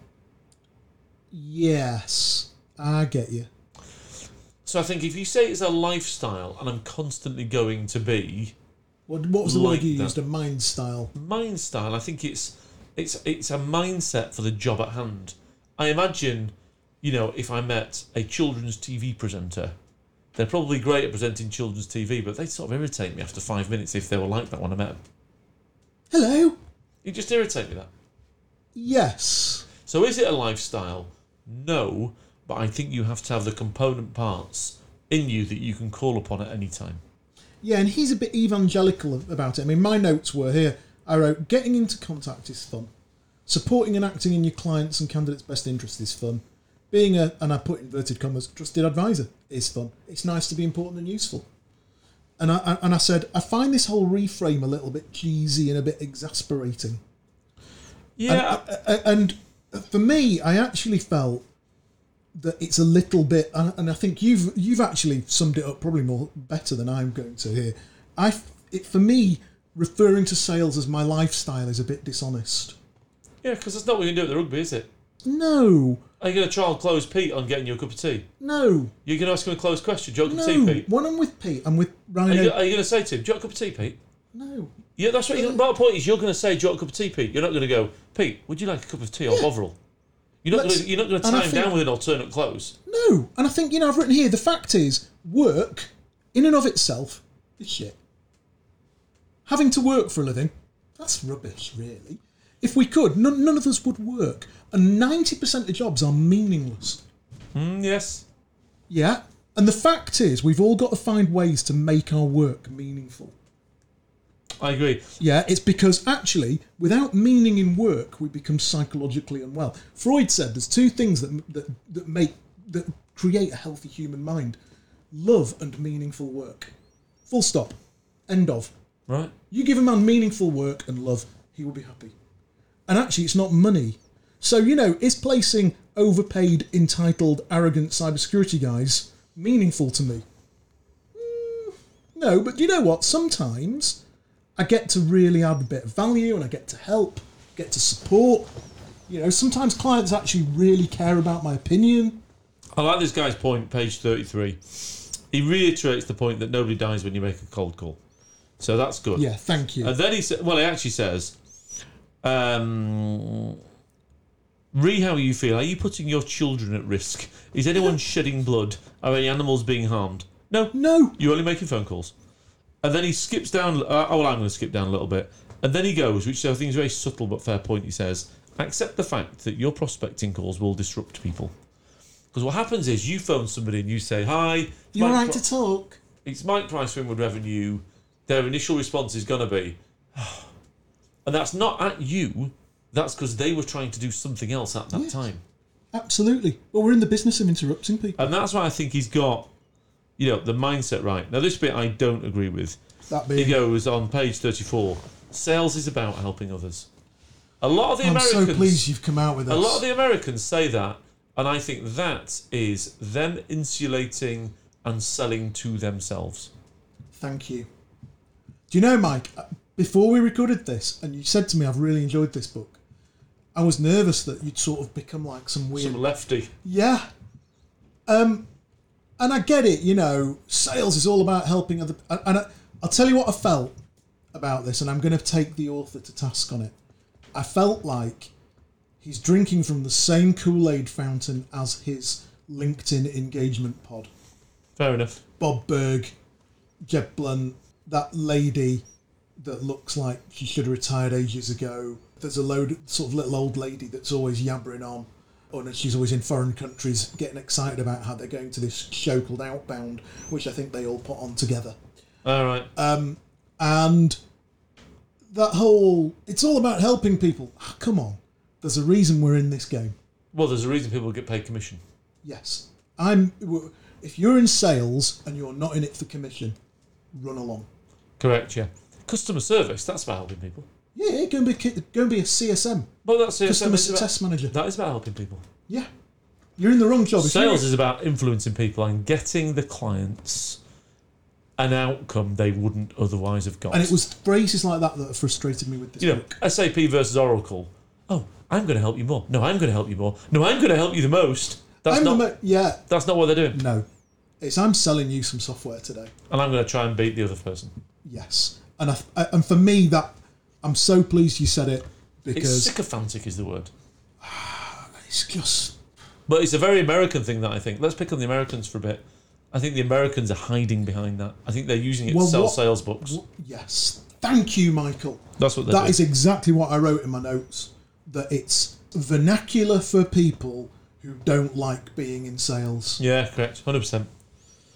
[SPEAKER 1] Yes, I get you.
[SPEAKER 2] So I think if you say it's a lifestyle and I'm constantly going to be
[SPEAKER 1] What, what was the
[SPEAKER 2] Like
[SPEAKER 1] word you
[SPEAKER 2] that.
[SPEAKER 1] used? A mind style.
[SPEAKER 2] mind style, I think it's it's it's a mindset for the job at hand. I imagine, you know, if I met a children's TV presenter, they're probably great at presenting children's TV, but they sort of irritate me after five minutes if they were like that when I met them.
[SPEAKER 1] Hello.
[SPEAKER 2] You just irritate me that.
[SPEAKER 1] Yes.
[SPEAKER 2] So is it a lifestyle? No, but I think you have to have the component parts in you that you can call upon at any time.
[SPEAKER 1] Yeah, and he's a bit evangelical about it. I mean, my notes were here. I wrote, getting into contact is fun. Supporting and acting in your clients' and candidates' best interest is fun. Being a, and I put inverted commas, trusted advisor is fun. It's nice to be important and useful. And I, I- and I said, I find this whole reframe a little bit cheesy and a bit exasperating.
[SPEAKER 2] Yeah,
[SPEAKER 1] A- and for me, I actually felt that it's a little bit, and and I think you've you've actually summed it up probably more better than I'm going to here. I f- it, for me, referring to sales as my lifestyle is a bit dishonest.
[SPEAKER 2] yeah, because that's not what you do at the rugby, is it?
[SPEAKER 1] No,
[SPEAKER 2] Are you going to try and close Pete on getting you a cup of tea?
[SPEAKER 1] no,
[SPEAKER 2] You're going to ask him a closed question. Do you want a cup
[SPEAKER 1] no.
[SPEAKER 2] of tea, Pete?
[SPEAKER 1] When I'm with Pete, I'm with
[SPEAKER 2] Are you,
[SPEAKER 1] Rhino.
[SPEAKER 2] are you going to say to him, "Do you want a cup of tea, Pete"?
[SPEAKER 1] No,
[SPEAKER 2] Yeah, that's what. You, my point is, you're going to say, "Do you want a cup of tea, Pete"? You're not going to go, "Pete, would you like a cup of tea or Bovril?" You're not.
[SPEAKER 1] Let's-
[SPEAKER 2] Gonna, you're not going to
[SPEAKER 1] and I
[SPEAKER 2] tie him
[SPEAKER 1] think-
[SPEAKER 2] down with an alternate close.
[SPEAKER 1] no. And I think you know I've written here. The fact is, work in and of itself is shit. Having to work for a living, that's rubbish, really. If we could, none, none of us would work. And 90% of jobs are meaningless.
[SPEAKER 2] Mm, yes.
[SPEAKER 1] Yeah. And the fact is, we've all got to find ways to make our work meaningful.
[SPEAKER 2] I agree.
[SPEAKER 1] Yeah, it's because actually, without meaning in work, we become psychologically unwell. Freud said there's two things that, that, that make that create a healthy human mind love and meaningful work. Full stop. End of.
[SPEAKER 2] Right.
[SPEAKER 1] You give a man meaningful work and love, he will be happy. And actually, it's not money. So, you know, is placing overpaid, entitled, arrogant cybersecurity guys meaningful to me? Mm, no, but you know what? Sometimes I get to really add a bit of value and I get to help, get to support. You know, sometimes clients actually really care about my opinion.
[SPEAKER 2] I like this guy's point, page 33. He reiterates the point that nobody dies when you make a cold call. So that's good.
[SPEAKER 1] Yeah, thank you.
[SPEAKER 2] And Uh, then he said, well, he actually says, um, re how you feel. Are you putting your children at risk? Is anyone shedding blood? Are any animals being harmed? No.
[SPEAKER 1] no,
[SPEAKER 2] You're only making phone calls. And then he skips down. Uh, oh, well, I'm going to skip down a little bit. And then he goes, which I think is a very subtle but fair point. He says, accept the fact that your prospecting calls will disrupt people. Because what happens is you phone somebody and you say, hi. it's
[SPEAKER 1] you're
[SPEAKER 2] Mike
[SPEAKER 1] right
[SPEAKER 2] Pri-
[SPEAKER 1] to talk.
[SPEAKER 2] it's Mike Price for Inward Revenue. Their initial response is going to be, and that's not at you. That's because they were trying to do something else at that
[SPEAKER 1] Yes.
[SPEAKER 2] time.
[SPEAKER 1] Absolutely. Well, we're in the business of interrupting people.
[SPEAKER 2] And that's why I think he's got, you know, the mindset right. Now, this bit I don't agree with.
[SPEAKER 1] That
[SPEAKER 2] He
[SPEAKER 1] being
[SPEAKER 2] goes on page 34 sales is about helping others. A lot of the
[SPEAKER 1] I'm
[SPEAKER 2] Americans.
[SPEAKER 1] so pleased you've come out with us.
[SPEAKER 2] A lot of the Americans say that, and I think that is them insulating and selling to themselves.
[SPEAKER 1] Thank you. Do you know, Mike? uh, Before we recorded this, and you said to me, "I've really enjoyed this book." I was nervous that you'd sort of become like some weird,
[SPEAKER 2] Some lefty.
[SPEAKER 1] yeah. Um, and I get it. You know, sales is all about helping other. And and I, I'll tell you what I felt about this, and I'm going to take the author to task on it. I felt like he's drinking from the same Kool Aid fountain as his LinkedIn engagement pod.
[SPEAKER 2] Fair enough.
[SPEAKER 1] Bob Berg, Jeb Blunt, that lady that looks like she should have retired ages ago. There's a load of sort of little old lady that's always yabbering on, Oh, and she's always in foreign countries getting excited about how they're going to this show called Outbound, which I think they all put on together.
[SPEAKER 2] All right.
[SPEAKER 1] And that whole, it's all about helping people. Ah, come on, there's a reason we're in this game.
[SPEAKER 2] Well, there's a reason people get paid commission.
[SPEAKER 1] Yes, I'm. If you're in sales and you're not in it for commission, run along.
[SPEAKER 2] Correct, yeah. Customer service, that's about helping people.
[SPEAKER 1] Yeah, Yeah, going to be ki- going to be a CSM,
[SPEAKER 2] But that's it.
[SPEAKER 1] customer
[SPEAKER 2] That is about-
[SPEAKER 1] success manager.
[SPEAKER 2] that is about helping people.
[SPEAKER 1] Yeah, you're in the wrong job. If you're-
[SPEAKER 2] Sales is about influencing people and getting the clients an outcome they wouldn't otherwise have got.
[SPEAKER 1] And it was phrases like that that have frustrated me with this
[SPEAKER 2] you know,
[SPEAKER 1] book.
[SPEAKER 2] SAP versus Oracle. Oh, I'm going to help you more. No, I'm going to help you more. No, I'm going to help you the most. That's
[SPEAKER 1] I'm
[SPEAKER 2] not.
[SPEAKER 1] the mo- yeah,
[SPEAKER 2] that's not what they're doing.
[SPEAKER 1] no. It's I'm selling you some software today.
[SPEAKER 2] And I'm going to try and beat the other person.
[SPEAKER 1] Yes, and I, I- and for me that I'm so pleased you said it
[SPEAKER 2] It's
[SPEAKER 1] because it's,
[SPEAKER 2] sycophantic, is the word.
[SPEAKER 1] just
[SPEAKER 2] But it's a very American thing that I think. Let's pick on the Americans for a bit. I think the Americans are hiding behind that. I think they're using it
[SPEAKER 1] Well,
[SPEAKER 2] to sell
[SPEAKER 1] what-
[SPEAKER 2] sales books.
[SPEAKER 1] yes. Thank you, Michael.
[SPEAKER 2] That's what they're
[SPEAKER 1] That
[SPEAKER 2] doing.
[SPEAKER 1] is exactly what I wrote in my notes. That it's vernacular for people who don't like being in sales.
[SPEAKER 2] yeah, correct. 100%.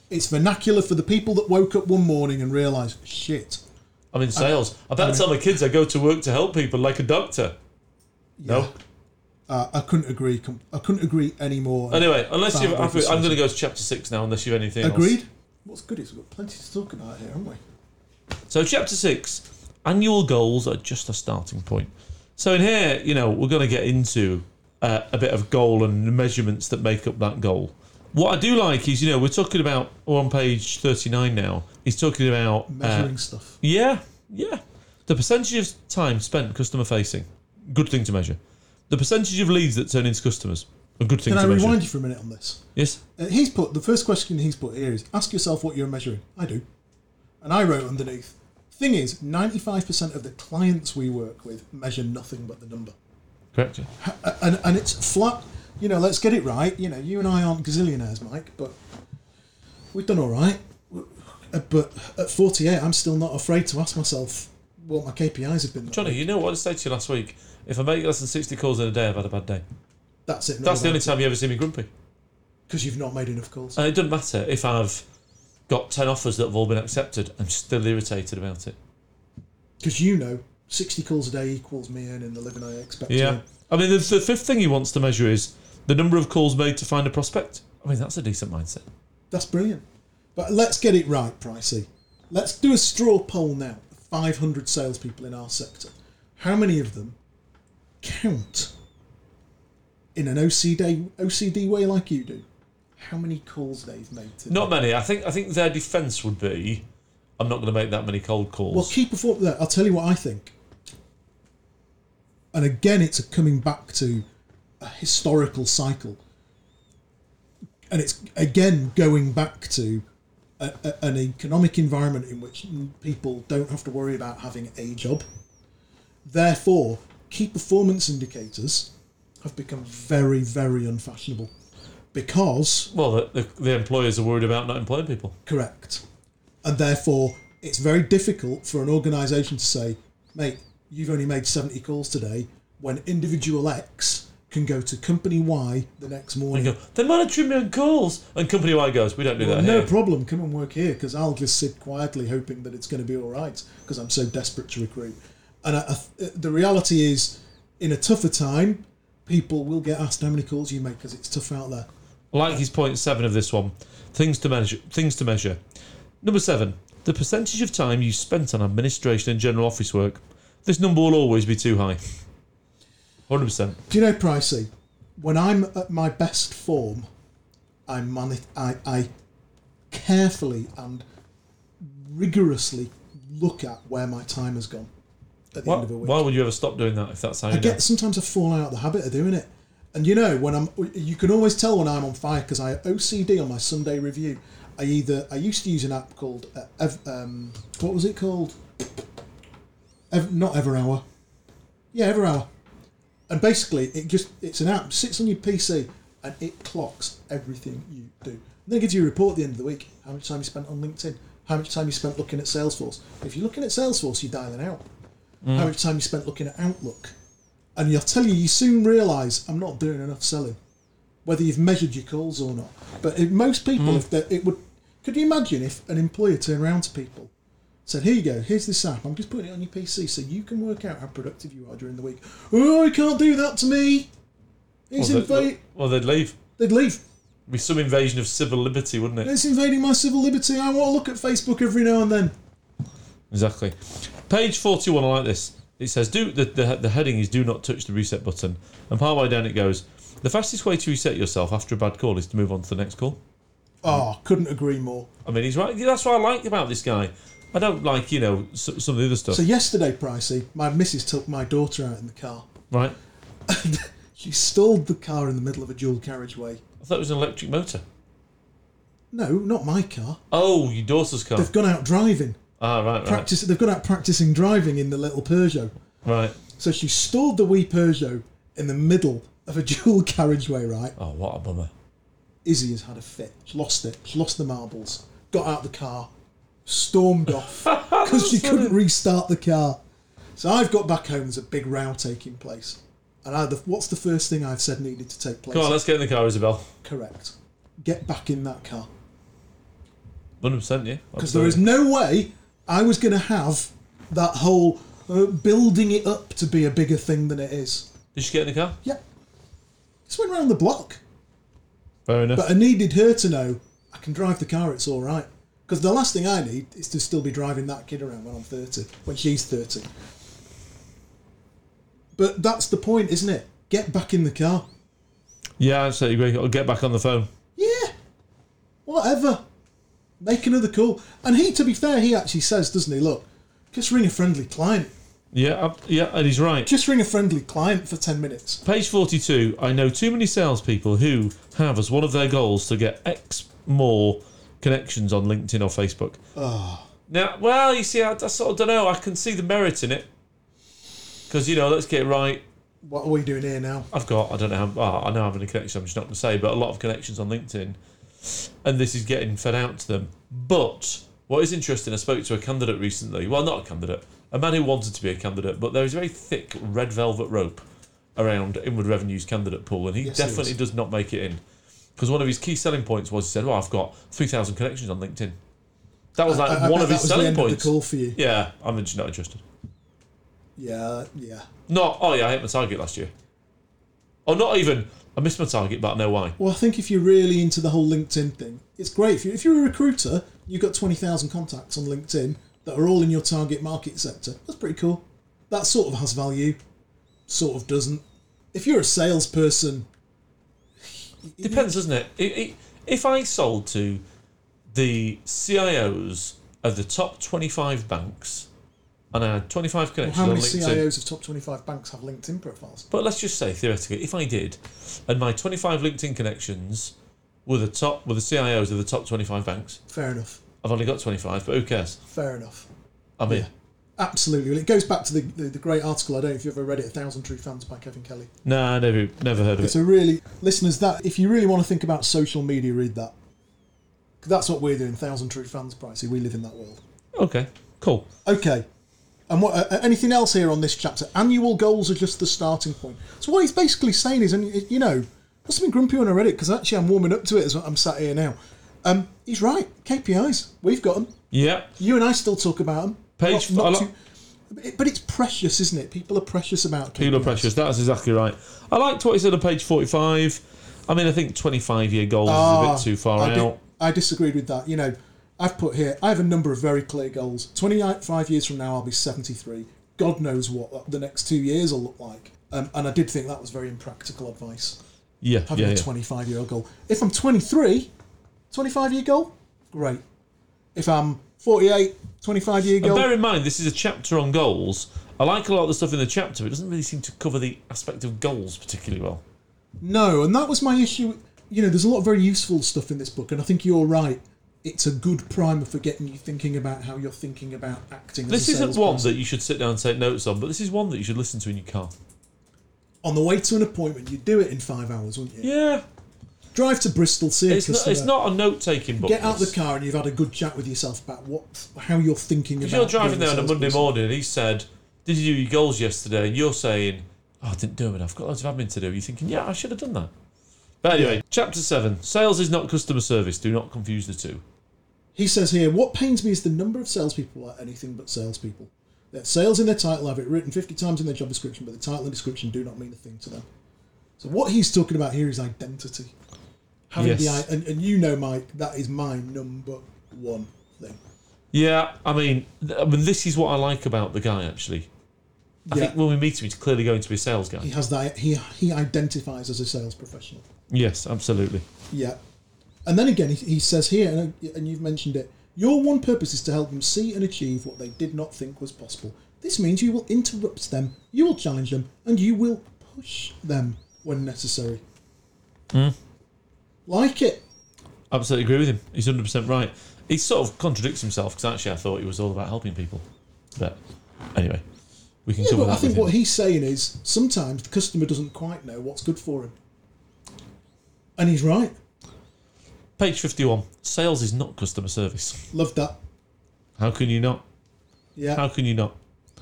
[SPEAKER 1] It's vernacular for the people that woke up one morning and realised, shit.
[SPEAKER 2] I'm in sales. I better tell my kids I go to work to help people like a doctor. No.
[SPEAKER 1] Uh, I couldn't agree. com- I couldn't agree anymore.
[SPEAKER 2] Anyway, unless you,
[SPEAKER 1] Bad
[SPEAKER 2] I'm
[SPEAKER 1] business.
[SPEAKER 2] going to go to chapter six now. Unless you have anything else.
[SPEAKER 1] Agreed. What's good is we've got plenty to talk about here, haven't we?
[SPEAKER 2] So, chapter six, annual goals are just a starting point. So, in here, you know, we're going to get into uh, a bit of goal and the measurements that make up that goal. What I do like is, you know, we're talking about we're on page thirty-nine now. He's talking about uh,
[SPEAKER 1] Measuring stuff.
[SPEAKER 2] yeah, yeah, the percentage of time spent customer facing, good thing to measure. The percentage of leads that turn into customers, a good thing
[SPEAKER 1] Can I
[SPEAKER 2] to measure.
[SPEAKER 1] rewind you for a minute on this?
[SPEAKER 2] Yes,
[SPEAKER 1] Uh, he's put the first question he's put here is ask yourself what you're measuring. I do, and I wrote underneath. Thing is, ninety-five percent of the clients we work with measure nothing but the number,
[SPEAKER 2] correct.
[SPEAKER 1] A- and and it's flat. You know, let's get it right. You know, you and I aren't gazillionaires, Mike, but we've done all right. W- uh, But at forty-eight, I'm still not afraid to ask myself what my KPIs have been. that
[SPEAKER 2] Johnny,
[SPEAKER 1] week.
[SPEAKER 2] you know what I said to you last week? If I make less than sixty calls in a day, I've had a bad day.
[SPEAKER 1] that's it.
[SPEAKER 2] That's the only time you ever see me grumpy.
[SPEAKER 1] because you've not made enough calls.
[SPEAKER 2] And it doesn't matter if I've got 10 offers that have all been accepted, I'm still irritated about it.
[SPEAKER 1] Because you know, sixty calls a day equals me earning the living I expect. to earn.
[SPEAKER 2] I mean, the, the fifth thing he wants to measure is the number of calls made to find a prospect. I mean, that's a decent mindset.
[SPEAKER 1] That's brilliant. But let's get it right, Pricey. Let's do a straw poll now. 500 salespeople in our sector. How many of them count in an OCD, OCD way like you do? How many calls they've made to
[SPEAKER 2] Not many. I think I think their defence would be I'm not going to make that many cold calls.
[SPEAKER 1] Well, key performance. Look, I'll tell you what I think. And again, it's coming back to a historical cycle, and it's again going back to a, a, an economic environment in which people don't have to worry about having a job. Therefore, key performance indicators have become very, very unfashionable because
[SPEAKER 2] Well, the, the, the employers are worried about not employing people.
[SPEAKER 1] Correct. And therefore, it's very difficult for an organisation to say, mate, you've only made 70 calls today, when individual X can go to company Y the next morning.
[SPEAKER 2] You go, They're monitoring me on calls. And company wide goes, we don't do that
[SPEAKER 1] no
[SPEAKER 2] here.
[SPEAKER 1] problem, come and work here because I'll just sit quietly hoping that it's going to be all right because I'm so desperate to recruit. And I, I, th- the reality is, in a tougher time, people will get asked how many calls you make because it's tough out there.
[SPEAKER 2] like his point seven of this one. Things to measure. Things to measure. Number seven: the percentage of time you spent on administration and general office work. This number will always be too high. Hundred percent.
[SPEAKER 1] Do you know, Pricey? When I'm at my best form, I mani- I, I carefully and rigorously look at where my time has gone at the
[SPEAKER 2] Why
[SPEAKER 1] end of a week.
[SPEAKER 2] why would you ever stop doing that if that's how
[SPEAKER 1] I
[SPEAKER 2] you do?
[SPEAKER 1] get sometimes I fall out of the habit of doing it, and you know when I'm, you can always tell when I'm on fire because I OCD on my Sunday review. I either I used to use an app called uh, Ev, um, what was it called? Ev, not Everhour. Yeah, Everhour. And basically, it just it's an app sits on your PC and it clocks everything you do. And then it gives you a report at the end of the week how much time you spent on LinkedIn, how much time you spent looking at Salesforce. If you're looking at Salesforce, you're dialing out. How much time you spent looking at Outlook. And you'll tell you, you soon realise I'm not doing enough selling, whether you've measured your calls or not. But if most people, if they, it would, could you imagine if an employer turned around to people, said, "Here you go, here's this app. I'm just putting it on your PC so you can work out how productive you are during the week." Oh, you can't do that to me. He's
[SPEAKER 2] well,
[SPEAKER 1] invading.
[SPEAKER 2] they'd, well, they'd leave.
[SPEAKER 1] They'd leave.
[SPEAKER 2] It'd be some invasion of civil liberty, wouldn't it?
[SPEAKER 1] It's invading my civil liberty. I want to look at Facebook every now and then.
[SPEAKER 2] Exactly. Page forty-one. I like this. It says, "Do the, the, the heading is do not touch the reset button." And partway down it goes, "The fastest way to reset yourself after a bad call is to move on to the next call."
[SPEAKER 1] Oh, couldn't agree more.
[SPEAKER 2] I mean, he's right. That's what I like about this guy. I don't like you know s- some of the other stuff,
[SPEAKER 1] So yesterday, Pricey, my missus took my daughter out in the car.
[SPEAKER 2] right?
[SPEAKER 1] She stalled the car in the middle of a dual carriageway.
[SPEAKER 2] I thought it was an electric motor.
[SPEAKER 1] No, not my car.
[SPEAKER 2] Oh, your daughter's car.
[SPEAKER 1] They've gone out driving.
[SPEAKER 2] Ah, right, right,
[SPEAKER 1] Practice. They've gone out practicing driving in the little Peugeot.
[SPEAKER 2] right.
[SPEAKER 1] So she stalled the wee Peugeot in the middle of a dual carriageway. Right,
[SPEAKER 2] Oh, what a bummer.
[SPEAKER 1] Izzy has had a fit. She lost it. She lost the marbles. Got out the car, stormed off because she couldn't restart the car. So I've got back home. There's a big row taking place. And I, the, what's the first thing I've said needed to take place?
[SPEAKER 2] Come on, let's get in the car, Isabel.
[SPEAKER 1] Correct. Get back in that car.
[SPEAKER 2] Hundred percent, yeah.
[SPEAKER 1] Because there is no way I was going to have that whole uh, building it up to be a bigger thing than it is.
[SPEAKER 2] Did she get in the car?
[SPEAKER 1] Yeah. Just went round the block.
[SPEAKER 2] Fair enough.
[SPEAKER 1] But I needed her to know I can drive the car, it's all right. Because the last thing I need is to still be driving that kid around when I'm 30, when she's 30. But that's the point, isn't it? Get back in the car.
[SPEAKER 2] yeah, I absolutely agree. I'll get back on the phone.
[SPEAKER 1] Yeah. Whatever. Make another call. And he, to be fair, he actually says, doesn't he? Look, just ring a friendly client.
[SPEAKER 2] Yeah, I, yeah, and he's right.
[SPEAKER 1] Just ring a friendly client for 10 minutes.
[SPEAKER 2] Page 42. I know too many salespeople who have as one of their goals to get X more connections on LinkedIn or Facebook. Now, well, you see, I, I sort of don't know. I can see the merit in it. Because, you know, let's get it right.
[SPEAKER 1] What are we doing here now?
[SPEAKER 2] I've got, I don't know, how, oh, I know how many connections, I'm just not going to say, but a lot of connections on LinkedIn. And this is getting fed out to them. But what is interesting, I spoke to a candidate recently. Well, not a candidate, a man who wanted to be a candidate, but there is a very thick red velvet rope around Inward Revenue's candidate pool, and he
[SPEAKER 1] Yes, there
[SPEAKER 2] definitely
[SPEAKER 1] is.
[SPEAKER 2] does not make it in. Because one of his key selling points was he said, Well, I've got 3,000 connections on LinkedIn. That was like
[SPEAKER 1] I- I
[SPEAKER 2] one
[SPEAKER 1] bet
[SPEAKER 2] of
[SPEAKER 1] that was
[SPEAKER 2] his
[SPEAKER 1] the
[SPEAKER 2] selling
[SPEAKER 1] end Of
[SPEAKER 2] points.
[SPEAKER 1] the call for you.
[SPEAKER 2] Yeah, I'm just not interested.
[SPEAKER 1] Yeah, yeah.
[SPEAKER 2] Not, oh yeah, I hit my target last year. Or not even, I missed my target, but I know why.
[SPEAKER 1] Well, I think if you're really into the whole LinkedIn thing, it's great. If, you, if you're a recruiter, you've got 20,000 contacts on LinkedIn that are all in your target market sector. That's pretty cool. That sort of has value, sort of doesn't. If you're a salesperson,
[SPEAKER 2] Depends, doesn't it? I- I- If I sold to the CIOs of the top 25 banks and I had 25 connections
[SPEAKER 1] how many
[SPEAKER 2] on LinkedIn.
[SPEAKER 1] CIOs of top 25 banks have LinkedIn profiles?
[SPEAKER 2] But let's just say theoretically, if I did, and my 25 LinkedIn connections were the top were the CIOs of the top 25 banks,
[SPEAKER 1] Fair enough.
[SPEAKER 2] I've only got 25, but who cares?
[SPEAKER 1] Fair enough.
[SPEAKER 2] I'm in.
[SPEAKER 1] Absolutely. Well, it goes back to the, the, the great article, I don't know if you've ever read it, A Thousand True Fans by Kevin Kelly.
[SPEAKER 2] Nah, never, never heard of
[SPEAKER 1] It's
[SPEAKER 2] it.
[SPEAKER 1] a really, listeners, that if you really want to think about social media, read that. 'Cause That's what we're doing, Thousand True Fans, Pricey. We live in that world.
[SPEAKER 2] Okay, cool.
[SPEAKER 1] Okay. And what, uh, anything else here on this chapter? Annual goals are just the starting point. So what he's basically saying is, and you know, I must have been grumpy when I read it because actually I'm warming up to it as I'm sat here now. Um, he's right. KPIs, we've got them.
[SPEAKER 2] Yeah,
[SPEAKER 1] You and I still talk about them.
[SPEAKER 2] Page f- I
[SPEAKER 1] but it's precious, isn't it? People are precious about
[SPEAKER 2] People are
[SPEAKER 1] KPIs.
[SPEAKER 2] precious. That's exactly right. I liked what he said on page 45. I mean, I think 25 year goals is a
[SPEAKER 1] Ah,
[SPEAKER 2] bit too far
[SPEAKER 1] I, di-
[SPEAKER 2] out.
[SPEAKER 1] I disagreed with that. You know, I've put here, I have a number of very clear goals. 25 years from now, I'll be 73. God knows what the next two years will look like. Um, and I did think that was very impractical advice,
[SPEAKER 2] Yeah,
[SPEAKER 1] having
[SPEAKER 2] yeah,
[SPEAKER 1] a
[SPEAKER 2] yeah.
[SPEAKER 1] 25 year old goal. If I'm 23, 25 year goal, great. If I'm 48, 25 year
[SPEAKER 2] And
[SPEAKER 1] goal,
[SPEAKER 2] bear in mind, this is a chapter on goals. I like a lot of the stuff in the chapter, but it doesn't really seem to cover the aspect of goals particularly well.
[SPEAKER 1] No, and that was my issue. You know, there's a lot of very useful stuff in this book, and I think you're right. It's a good primer for getting you thinking about how you're thinking about acting. as
[SPEAKER 2] This
[SPEAKER 1] a
[SPEAKER 2] isn't one
[SPEAKER 1] salesperson.
[SPEAKER 2] that you should sit down and take notes on, but this is one that you should listen to in your car.
[SPEAKER 1] on the way to an appointment. You'd do it in five hours, wouldn't you?
[SPEAKER 2] Yeah.
[SPEAKER 1] Drive to Bristol, see a
[SPEAKER 2] It's not,
[SPEAKER 1] customer,
[SPEAKER 2] it's not a note taking book.
[SPEAKER 1] get out the
[SPEAKER 2] this.
[SPEAKER 1] car, and you've had a good chat with yourself about what how you're thinking about.
[SPEAKER 2] If you're driving
[SPEAKER 1] being a
[SPEAKER 2] there on a Monday
[SPEAKER 1] salesperson.
[SPEAKER 2] morning and he said, Did you do your goals yesterday? And you're saying, oh, I didn't do them. I've got loads of admin to do. You're thinking, Yeah, I should have done that. But anyway, chapter seven sales is not customer service. Do not confuse the two.
[SPEAKER 1] He says here, what pains me is the number of salespeople are anything but salespeople. Their sales in their title have it written 50 times in their job description, but the title and description do not mean a thing to them. So what he's talking about here is identity. Having the
[SPEAKER 2] Yes.
[SPEAKER 1] the and, and you know, Mike, that is my number one thing.
[SPEAKER 2] Yeah, I mean, th- I mean, this is what I like about the guy actually. I think when we meet him, he's clearly going to be a sales guy.
[SPEAKER 1] He has that. He he identifies as a sales professional.
[SPEAKER 2] Yes, absolutely.
[SPEAKER 1] Yeah. And then again, he, he says here, and, and you've mentioned it, your one purpose is to help them see and achieve what they did not think was possible. This means you will interrupt them, you will challenge them, and you will push them when necessary. Like it.
[SPEAKER 2] Absolutely agree with him. He's 100% right. He sort of contradicts himself because actually I thought he was all about helping people. But anyway, we can
[SPEAKER 1] Yeah,
[SPEAKER 2] cover
[SPEAKER 1] but
[SPEAKER 2] that
[SPEAKER 1] I think
[SPEAKER 2] with
[SPEAKER 1] what
[SPEAKER 2] him.
[SPEAKER 1] he's saying is sometimes the customer doesn't quite know what's good for him. And he's right.
[SPEAKER 2] Page 51 Sales is not customer service.
[SPEAKER 1] Love that.
[SPEAKER 2] How can you not?
[SPEAKER 1] Yeah.
[SPEAKER 2] How can you not?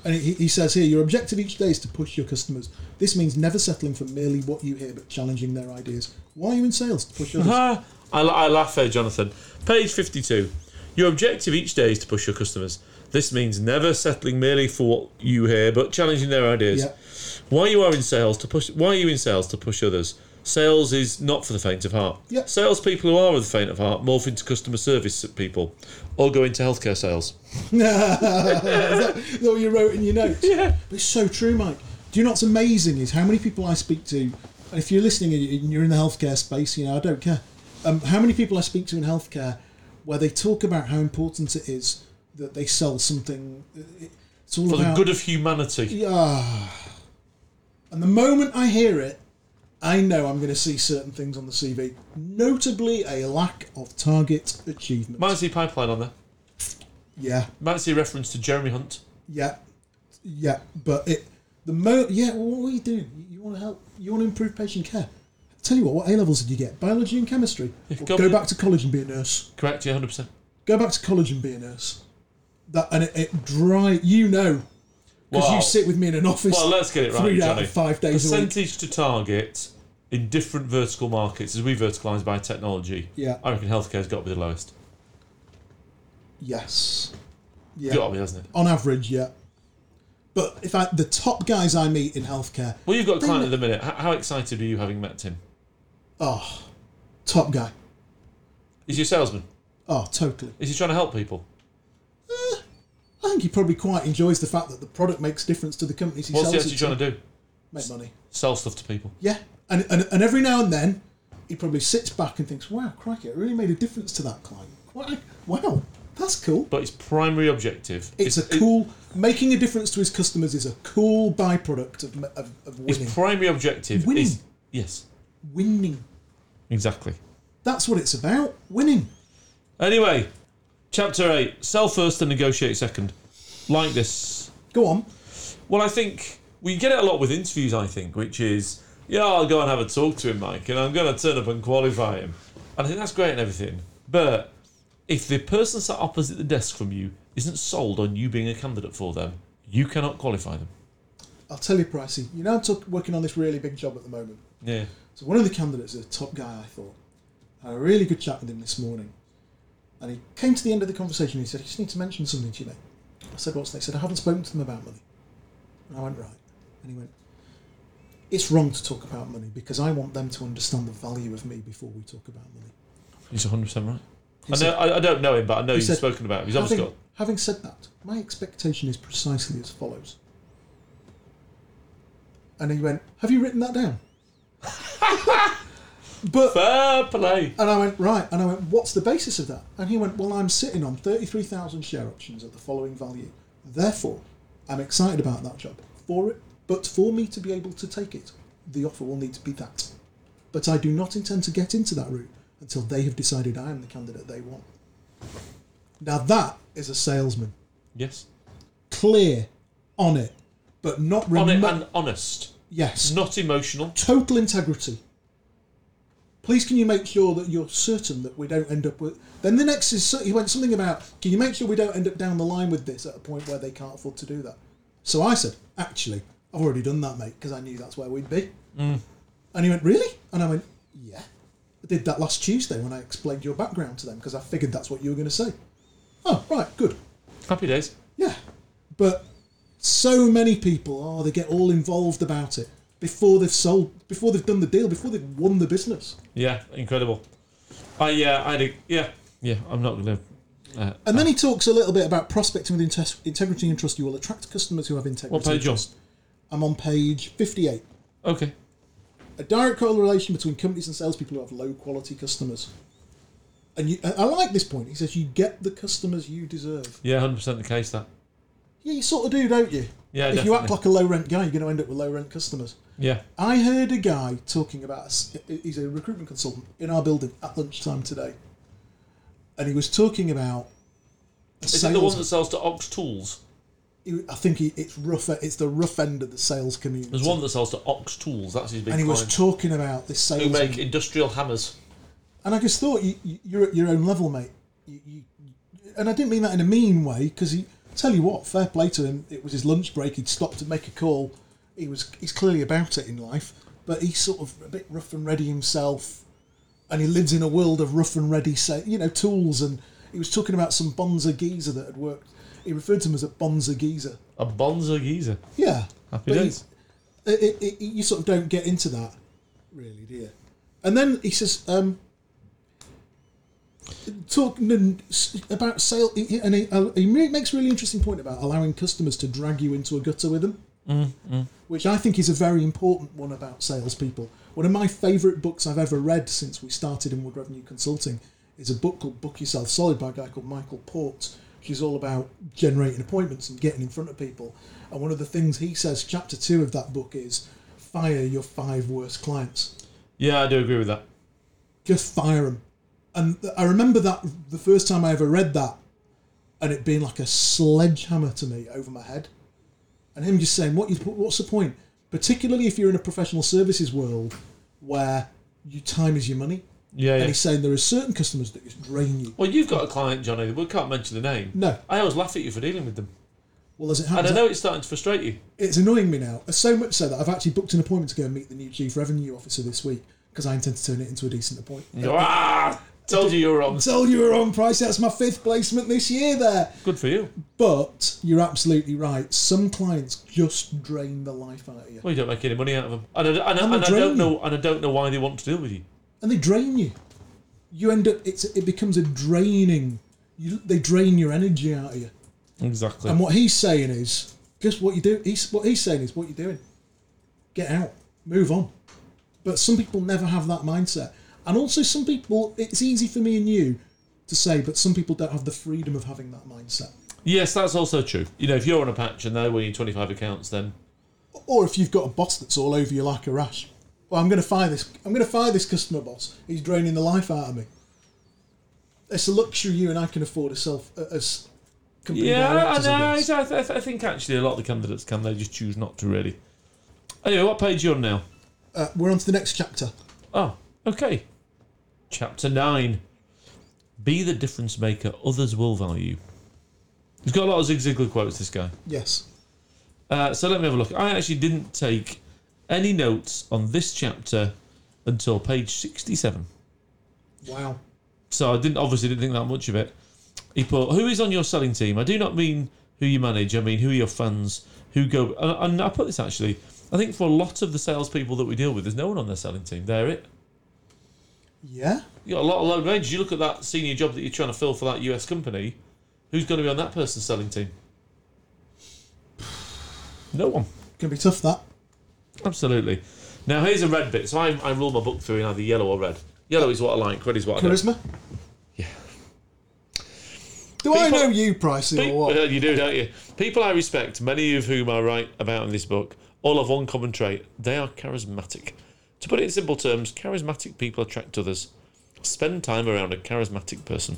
[SPEAKER 1] And he, he says here, your objective each day is to push your customers. This means never settling for merely what you hear, but challenging their ideas. Why are you in sales? To push others.
[SPEAKER 2] Ah, I, I laugh there, Jonathan. Page 52. Your objective each day is to push your customers. This means never settling merely for what you hear, but challenging their ideas.
[SPEAKER 1] Yeah.
[SPEAKER 2] Why you are in sales to push? Why are you in sales to push others? Sales is not for the faint of heart.
[SPEAKER 1] Yeah.
[SPEAKER 2] Salespeople who are of the faint of heart morph into customer service people, or go into healthcare sales.
[SPEAKER 1] is, that, is that what you wrote in your notes?
[SPEAKER 2] Yeah.
[SPEAKER 1] But it's so true, Mike. Do you know what's amazing is how many people I speak to, and if you're listening and you- and you're in the healthcare space, you know, I don't care. Um, how many people I speak to in healthcare where they talk about how important it is that they sell something. uh, It's all
[SPEAKER 2] For the
[SPEAKER 1] about
[SPEAKER 2] good of humanity.
[SPEAKER 1] Yeah. And the moment I hear it, I know I'm going to see certain things on the CV, notably a lack of target achievement.
[SPEAKER 2] Might see pipeline on there.
[SPEAKER 1] yeah,
[SPEAKER 2] Might see a reference to Jeremy Hunt.
[SPEAKER 1] yeah, yeah. But it, the mo, yeah. Well, what are you doing? You want to help? You want to improve patient care? tell you what. What A levels did you get? Biology and chemistry. Well,
[SPEAKER 2] go-
[SPEAKER 1] go back to college and be a nurse.
[SPEAKER 2] Correct, yeah, hundred percent.
[SPEAKER 1] Go back to college and be a nurse. That and it, it dry. You know, because
[SPEAKER 2] Wow.
[SPEAKER 1] you sit with me in an office.
[SPEAKER 2] Well, let's get it right,
[SPEAKER 1] three out
[SPEAKER 2] Johnny.
[SPEAKER 1] of five days a week.
[SPEAKER 2] Percentage to target in different vertical markets as we verticalise by technology.
[SPEAKER 1] Yeah.
[SPEAKER 2] I reckon healthcare's got to be the lowest.
[SPEAKER 1] Yes. Yeah.
[SPEAKER 2] Got to be, hasn't it?
[SPEAKER 1] On average, yeah. But if I the top guys I meet in healthcare,
[SPEAKER 2] Well, you've got a
[SPEAKER 1] They
[SPEAKER 2] client
[SPEAKER 1] know-
[SPEAKER 2] at the minute. H- How excited are you having met him?
[SPEAKER 1] oh, top guy,
[SPEAKER 2] Is he a salesman?
[SPEAKER 1] oh, totally.
[SPEAKER 2] Is he trying to help people?
[SPEAKER 1] I think he probably quite enjoys the fact that the product makes difference to the companies he
[SPEAKER 2] What's he
[SPEAKER 1] sells
[SPEAKER 2] actually
[SPEAKER 1] it
[SPEAKER 2] trying to do?
[SPEAKER 1] Make money.
[SPEAKER 2] Sell stuff to people.
[SPEAKER 1] Yeah, and, and and every now and then, he probably sits back and thinks, "Wow, crikey, it really made a difference to that client. Wow, wow that's cool."
[SPEAKER 2] But his primary objective
[SPEAKER 1] It's
[SPEAKER 2] is,
[SPEAKER 1] a cool making a difference to his customers is a cool byproduct of of, of
[SPEAKER 2] His
[SPEAKER 1] winning.
[SPEAKER 2] primary objective
[SPEAKER 1] Winning.
[SPEAKER 2] is yes,
[SPEAKER 1] winning.
[SPEAKER 2] exactly.
[SPEAKER 1] That's what it's about. Winning.
[SPEAKER 2] Anyway, chapter eight: sell first and negotiate second. Like this.
[SPEAKER 1] Go on.
[SPEAKER 2] Well, I think we get it a lot with interviews. I think, which is, yeah, I'll go and have a talk to him, Mike, and I'm going to turn up and qualify him. And I think that's great and everything. But if the person sat opposite the desk from you isn't sold on you being a candidate for them, you cannot qualify them.
[SPEAKER 1] I'll tell you, Pricey, you know I'm took, working on this really big job at the moment.
[SPEAKER 2] Yeah.
[SPEAKER 1] So one of the candidates is a top guy, I thought. I had a really good chat with him this morning. And he came to the end of the conversation and he said, I just need to mention something to you, mate. I said, what's that? He said, I haven't spoken to them about money. And I went, right. And he went, it's wrong to talk about money because I want them to understand the value of me before we talk about money.
[SPEAKER 2] He's 100% right.
[SPEAKER 1] He
[SPEAKER 2] I, know,
[SPEAKER 1] said-
[SPEAKER 2] I, I don't know him, but I know
[SPEAKER 1] he
[SPEAKER 2] you've
[SPEAKER 1] said,
[SPEAKER 2] spoken about him. He's obviously
[SPEAKER 1] having,
[SPEAKER 2] got.
[SPEAKER 1] having said that, my expectation is precisely as follows. And he went, Have you written that down? but
[SPEAKER 2] Fair play.
[SPEAKER 1] and I went, right, and I went, What's the basis of that? And he went, Well, I'm sitting on thirty three thousand share options at the following value. Therefore, I'm excited about that job. For it but for me to be able to take it, the offer will need to be that. But I do not intend to get into that route until they have decided I am the candidate they want. Now that is a salesman
[SPEAKER 2] Yes.
[SPEAKER 1] clear on it, but not
[SPEAKER 2] On it
[SPEAKER 1] remo-
[SPEAKER 2] and honest.
[SPEAKER 1] yes,
[SPEAKER 2] Not emotional.
[SPEAKER 1] total integrity. Please, can you make sure that you're certain that we don't end up with? Then the next is so- he went something about. Can you make sure we don't end up down the line with this at a point where they can't afford to do that? So I said, actually, I've already done that, mate, because I knew that's where we'd be. And he went, really? And I went, yeah. I did that last Tuesday when I explained your background to them because I figured that's what you were going to say. Oh, right, good.
[SPEAKER 2] Happy days.
[SPEAKER 1] Yeah, but so many people, oh, they get all involved about it before they've sold, before they've done the deal, before they've won the business.
[SPEAKER 2] Yeah, incredible. I yeah, I had a, yeah, yeah. I'm not gonna. Uh,
[SPEAKER 1] And then he talks a little bit about prospecting with inte- integrity and trust. You will attract customers who have integrity.
[SPEAKER 2] What page,
[SPEAKER 1] and trust. I'm on page 58.
[SPEAKER 2] Okay.
[SPEAKER 1] a direct correlation between companies and salespeople who have low quality customers. And you, I I like this point. He says you get the customers you deserve.
[SPEAKER 2] Yeah, hundred percent the case that.
[SPEAKER 1] Yeah, you sort of do, don't you?
[SPEAKER 2] Yeah,
[SPEAKER 1] If you act like a low rent guy, you're going to end up with low rent customers.
[SPEAKER 2] Yeah.
[SPEAKER 1] I heard a guy talking about. s- He's a recruitment consultant in our building at lunchtime today, and he was talking about. a
[SPEAKER 2] Is it the
[SPEAKER 1] sales-
[SPEAKER 2] one that sells to Ox Tools?
[SPEAKER 1] he- I think he, it's rough. It's the rough end of the sales community.
[SPEAKER 2] There's one that sells to Ox Tools. That's his big
[SPEAKER 1] and he was
[SPEAKER 2] client.
[SPEAKER 1] talking about this sales.
[SPEAKER 2] who make industrial hammers.
[SPEAKER 1] And I just thought you, you, you're at your own level, mate. You, you, and I didn't mean that in a mean way because he tell you what, fair play to him. It was his lunch break. He'd stopped to make a call. He was he's clearly about it in life, but he's sort of a bit rough and ready himself, and he lives in a world of rough and ready, say you know, tools. And he was talking about some bonza geezer that had worked. He referred to him as a bonza geezer.
[SPEAKER 2] A bonza geezer.
[SPEAKER 1] Yeah,
[SPEAKER 2] Happy
[SPEAKER 1] But
[SPEAKER 2] days.
[SPEAKER 1] it, it, it, you sort of don't get into that, really, do you? And then he says, um, talk n- s- about sale, and he, uh, he really makes a really interesting point about allowing customers to drag you into a gutter with them, which I think is a very important one about salespeople. One of my favourite books I've ever read since we started in Wood Revenue Consulting is a book called Book Yourself Solid by a guy called Michael Port, which is all about generating appointments and getting in front of people. And one of the things he says, chapter two of that book, is fire your five worst clients
[SPEAKER 2] Yeah, I do agree with that.
[SPEAKER 1] just fire them. And th- I remember that the first time I ever read that, and it being like a sledgehammer to me over my head, and him just saying, "What you? What's the point?" Particularly if you're in a professional services world where your time is your money,
[SPEAKER 2] Yeah,
[SPEAKER 1] and
[SPEAKER 2] yeah.
[SPEAKER 1] he's saying there are certain customers that just drain you.
[SPEAKER 2] Well, you've got a client, Johnny. We can't mention the name.
[SPEAKER 1] No,
[SPEAKER 2] I always laugh at you for dealing with them,
[SPEAKER 1] well as it
[SPEAKER 2] and I
[SPEAKER 1] happens,
[SPEAKER 2] know it's starting to frustrate you.
[SPEAKER 1] it's annoying me now. So much so that I've actually booked an appointment to go and meet the new chief revenue officer this week because I intend to turn it into a decent appointment.
[SPEAKER 2] You go, ah, told you you were wrong.
[SPEAKER 1] Tell you we're on price. That's my fifth placement this year. There.
[SPEAKER 2] Good for you.
[SPEAKER 1] But you're absolutely right. Some clients just drain the life out of you,
[SPEAKER 2] Well, you don't make any money out of them, and I, and, I,
[SPEAKER 1] And they
[SPEAKER 2] and I
[SPEAKER 1] drain
[SPEAKER 2] don't
[SPEAKER 1] you.
[SPEAKER 2] know, and I don't know why they want to deal with you.
[SPEAKER 1] and they drain you. You end up it's it becomes a draining. You, they drain your energy out of you.
[SPEAKER 2] Exactly.
[SPEAKER 1] And what he's saying is just what you do. He's what he's saying is what you're doing. Get out, move on. But some people never have that mindset, and also some people. It's easy for me and you to say, but some people don't have the freedom of having that mindset.
[SPEAKER 2] Yes, that's also true. You know, if you're on a patch and they're winning 25 accounts, then
[SPEAKER 1] or if you've got a boss that's all over you like a rash. Well, I'm going to fire this. I'm going to fire this customer boss. He's draining the life out of me. It's a luxury you and I can afford ourselves as company
[SPEAKER 2] yeah, I
[SPEAKER 1] directors. I
[SPEAKER 2] know. I,
[SPEAKER 1] guess.
[SPEAKER 2] I, I think actually a lot of the candidates can. They just choose not to really. Anyway, what page are you on now?
[SPEAKER 1] Uh, we're on to the next chapter.
[SPEAKER 2] Oh, okay. Chapter nine. Be the difference maker others will value. He's got a lot of Zig Ziglar quotes. This guy.
[SPEAKER 1] Yes,
[SPEAKER 2] Uh, so let me have a look. I actually didn't take any notes on this chapter until page 67.
[SPEAKER 1] wow.
[SPEAKER 2] So I didn't obviously didn't think that much of it. He put, "Who is on your selling team? I do not mean who you manage. I mean who are your fans, who go." And, and I put this actually. I think for a lot of the salespeople that we deal with, there's no one on their selling team. They're it.
[SPEAKER 1] Yeah,
[SPEAKER 2] You got a lot of low range. You look at that senior job that you're trying to fill for that US company. Who's going to be on that person's selling team? No one.
[SPEAKER 1] can be tough that.
[SPEAKER 2] Absolutely. Now here's a red bit. So I, I rule my book through in either yellow or red. Yellow is what I like. Red is what I don't.
[SPEAKER 1] Charisma.
[SPEAKER 2] Yeah.
[SPEAKER 1] Do I
[SPEAKER 2] People-
[SPEAKER 1] know you, Pricey, or what?
[SPEAKER 2] Well, You do, don't you? People I respect, many of whom I write about in this book, all have one common trait they are charismatic. To put it in simple terms, charismatic people attract others. Spend time around a charismatic person.